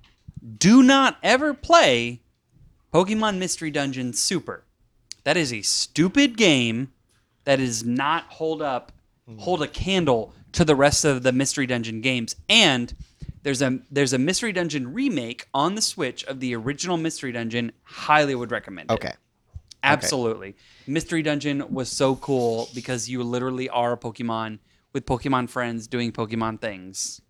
Speaker 2: do not ever play Pokemon Mystery Dungeon Super. That is a stupid game that is not hold up
Speaker 1: Hmm.
Speaker 2: hold a candle to the rest of the Mystery Dungeon games. And there's a there's a Mystery Dungeon remake on the Switch of the original Mystery Dungeon. Highly would recommend. it.
Speaker 1: Okay,
Speaker 2: Absolutely. Mystery Dungeon was so cool because you literally are a Pokemon with Pokemon friends doing Pokemon things.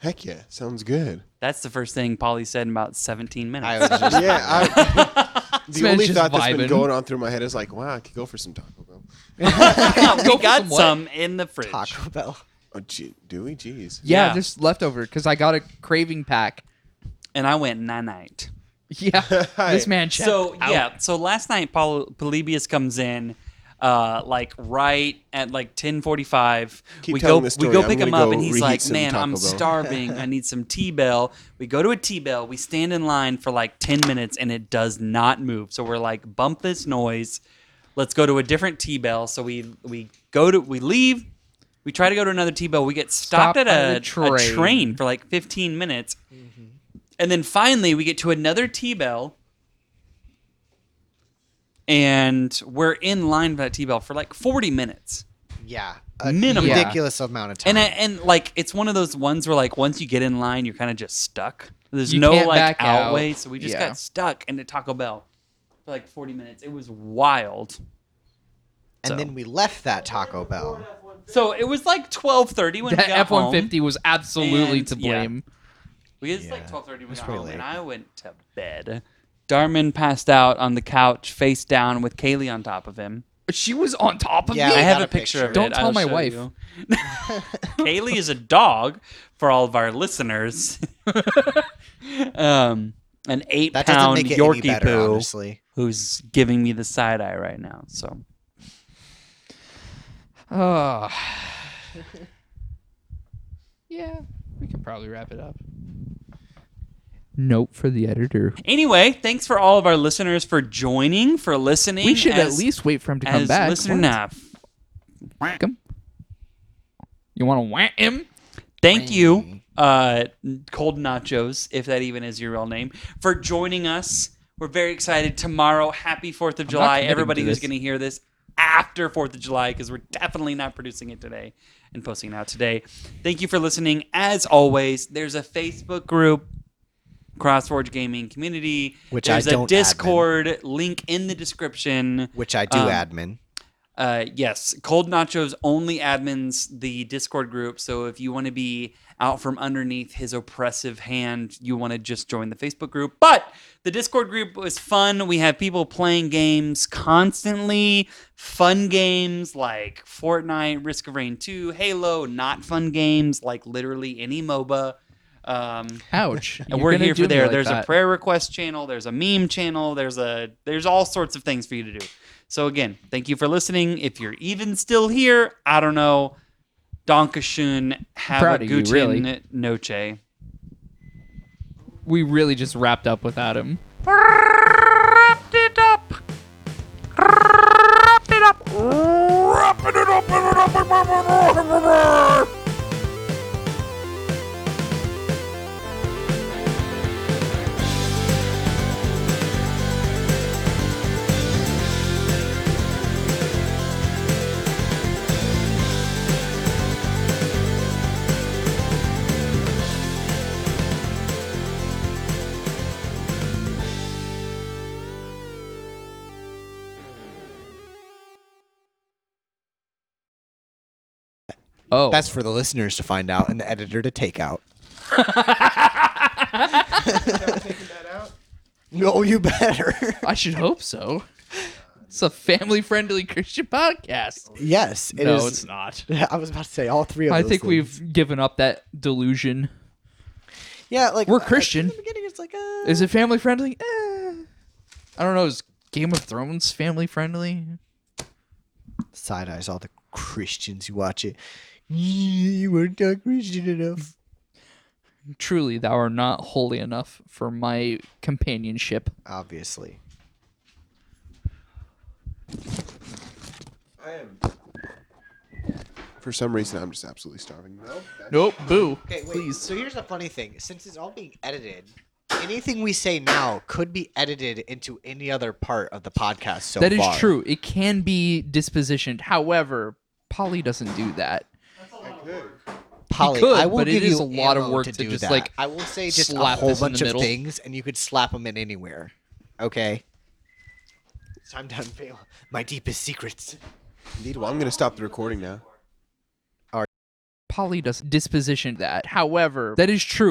Speaker 3: Heck yeah, sounds good.
Speaker 2: That's the first thing Polly said in about 17 minutes.
Speaker 1: I was just,
Speaker 3: Yeah, I, the
Speaker 4: man's
Speaker 3: only
Speaker 4: just
Speaker 3: thought that's
Speaker 4: vibing.
Speaker 3: been going on through my head is like, wow, I could go for some Taco Bell.
Speaker 2: we
Speaker 4: Go for
Speaker 2: got
Speaker 4: some
Speaker 2: some,
Speaker 4: what?
Speaker 2: in the fridge.
Speaker 1: Taco Bell.
Speaker 3: Oh, gee, do we? Jeez.
Speaker 4: Yeah,
Speaker 2: Yeah.
Speaker 4: this leftover because I got a craving pack.
Speaker 2: And I went night night.
Speaker 4: Yeah, this man checked.
Speaker 2: So,
Speaker 4: out.
Speaker 2: yeah. So last night, Paul Polybius comes in. Uh, like right at like 10:45,
Speaker 3: Keep
Speaker 2: we
Speaker 3: telling
Speaker 2: go
Speaker 3: this
Speaker 2: we
Speaker 3: story.
Speaker 2: go
Speaker 3: I'm
Speaker 2: pick
Speaker 3: gonna
Speaker 2: him up,
Speaker 3: go
Speaker 2: and he's
Speaker 3: reheat
Speaker 2: like,
Speaker 3: some
Speaker 2: "Man,
Speaker 3: Taco
Speaker 2: I'm
Speaker 3: Bell."
Speaker 2: starving. I need some T Bell." We go to a T Bell. We stand in line for like 10 minutes, and it does not move. So we're like, "Bump this noise. Let's go to a different T Bell." So we we go to we leave. We try to go to another T Bell. We get stopped
Speaker 4: Stopped
Speaker 2: at
Speaker 4: by
Speaker 2: a,
Speaker 4: the
Speaker 2: a
Speaker 4: train. Mm-hmm.
Speaker 2: train for like 15 minutes, and then finally we get to another T Bell and we're in line for that T-Bell for like 40 minutes.
Speaker 1: Yeah, a
Speaker 2: Minimum.
Speaker 4: Yeah.
Speaker 1: ridiculous amount of time.
Speaker 2: And I, and like it's one of those ones where like once you get in line, you're kind of just stuck. There's
Speaker 4: You
Speaker 2: no
Speaker 4: can't
Speaker 2: like
Speaker 4: back out.
Speaker 2: outway, so we just
Speaker 4: Yeah.
Speaker 2: got stuck in the Taco Bell for like 40 minutes. It was wild.
Speaker 1: and then we left that Taco Bell.
Speaker 2: So it was like 12:30 when we
Speaker 4: that
Speaker 2: got
Speaker 4: F one
Speaker 2: home.
Speaker 4: fifty was absolutely
Speaker 2: And,
Speaker 4: to
Speaker 2: yeah.
Speaker 4: blame.
Speaker 2: We it's
Speaker 1: Yeah.
Speaker 2: like 12:30 when we
Speaker 1: It's
Speaker 2: got
Speaker 1: pretty
Speaker 2: home, and
Speaker 1: late.
Speaker 2: I went to bed. Darman passed out on the couch, face down, with Kaylee on top of him.
Speaker 4: She was on top of
Speaker 1: Yeah,
Speaker 4: me.
Speaker 2: I
Speaker 1: I
Speaker 2: have
Speaker 1: got
Speaker 2: a
Speaker 1: a
Speaker 2: picture,
Speaker 1: picture.
Speaker 2: of
Speaker 4: Don't
Speaker 2: it.
Speaker 4: tell
Speaker 2: I'll
Speaker 4: my
Speaker 2: show
Speaker 4: wife.
Speaker 2: you. Kaylee is a dog for all of our listeners. um, an eight
Speaker 1: That
Speaker 2: pound
Speaker 1: doesn't make it any
Speaker 2: Yorkie
Speaker 1: better,
Speaker 2: poo
Speaker 1: honestly.
Speaker 2: who's giving me the side eye right now. So
Speaker 4: Ugh. yeah, we can probably wrap it up. Note for the editor.
Speaker 2: anyway, thanks for all of our listeners for joining, for listening.
Speaker 4: We should
Speaker 2: as-
Speaker 4: at least wait for him to come
Speaker 2: as
Speaker 4: back.
Speaker 2: listener
Speaker 4: What?
Speaker 2: now.
Speaker 4: Whack him. You want to whack him?
Speaker 2: Thank you, uh, Cold Nachos, if that even is your real name, for joining us. We're very excited. Tomorrow, happy 4th of July.
Speaker 4: committing to
Speaker 2: Everybody who's
Speaker 4: this.
Speaker 2: going to hear this after 4th of July, because we're definitely not producing it today and posting it out today. Thank you for listening. As always, there's a Facebook group, Crossforge Gaming Community.
Speaker 1: Which I
Speaker 2: there's
Speaker 1: don't admin.
Speaker 2: a Discord link in the description.
Speaker 1: Which I do
Speaker 2: Um,
Speaker 1: admin.
Speaker 2: Uh, yes, Cold Nachos only admins the Discord group. So if you want to be out from underneath his oppressive hand, you want to just join the Facebook group. But the Discord group was fun. We have people playing games constantly, fun games like Fortnite, Risk of Rain 2, Halo, not fun games like literally any MOBA. Um,
Speaker 4: Ouch.
Speaker 2: and
Speaker 4: You're
Speaker 2: we're
Speaker 4: gonna
Speaker 2: here
Speaker 4: do
Speaker 2: for
Speaker 4: me
Speaker 2: there.
Speaker 4: like
Speaker 2: there's
Speaker 4: that.
Speaker 2: a prayer request channel. There's a meme channel. There's a there's all sorts of things for you to do. So again, thank you for listening. If you're even still here, I don't know. Donkashun, have
Speaker 4: Proud
Speaker 2: a
Speaker 4: of you,
Speaker 2: guten
Speaker 4: really.
Speaker 2: noche.
Speaker 4: We really just wrapped up without him.
Speaker 5: Wrapped it up. Wrapped it up. Wrapping it up. Wrapping it up.
Speaker 4: Oh,
Speaker 1: That's for the listeners to find out and the editor to take out. No, you better.
Speaker 4: I should hope so. It's a family-friendly Christian podcast.
Speaker 1: yes, it is.
Speaker 4: no, it's not.
Speaker 1: I was about to say all three of
Speaker 4: I
Speaker 1: those
Speaker 4: think
Speaker 1: things.
Speaker 4: we've given up that delusion.
Speaker 1: Yeah, like
Speaker 4: We're
Speaker 1: I-
Speaker 4: Christian.
Speaker 1: In the beginning, it's like uh,
Speaker 4: Is it family friendly? Eh. I don't know. Is Game of Thrones family friendly?
Speaker 1: side eyes all the Christians who watch it. You weren't not Christian enough.
Speaker 4: Truly, thou art not holy enough for my companionship.
Speaker 1: Obviously,
Speaker 3: I am. For some reason, I'm just absolutely starving. No, that's-
Speaker 4: Nope. Boo.
Speaker 1: Okay, wait.
Speaker 4: Please.
Speaker 1: So here's the funny thing: since it's all being edited, anything we say now could be edited into any other part of the podcast. So
Speaker 4: That is
Speaker 1: far.
Speaker 4: true. It can be dispositioned. However, Polly doesn't do that.
Speaker 1: Polly,
Speaker 4: could,
Speaker 1: I will
Speaker 4: but it
Speaker 1: give
Speaker 4: is
Speaker 1: you
Speaker 4: a lot of
Speaker 1: ammo
Speaker 4: work
Speaker 1: to,
Speaker 4: to
Speaker 1: do
Speaker 4: just,
Speaker 1: that.
Speaker 4: like,
Speaker 1: I will say just a
Speaker 4: slap
Speaker 1: whole
Speaker 4: this in the
Speaker 1: bunch of
Speaker 4: middle.
Speaker 1: things, and you could slap them in anywhere. Okay. It's time to unveil my deepest secrets.
Speaker 3: Indeed. Well, I'm going to stop the recording now.
Speaker 4: Polly doesn't disposition that. However, that is true.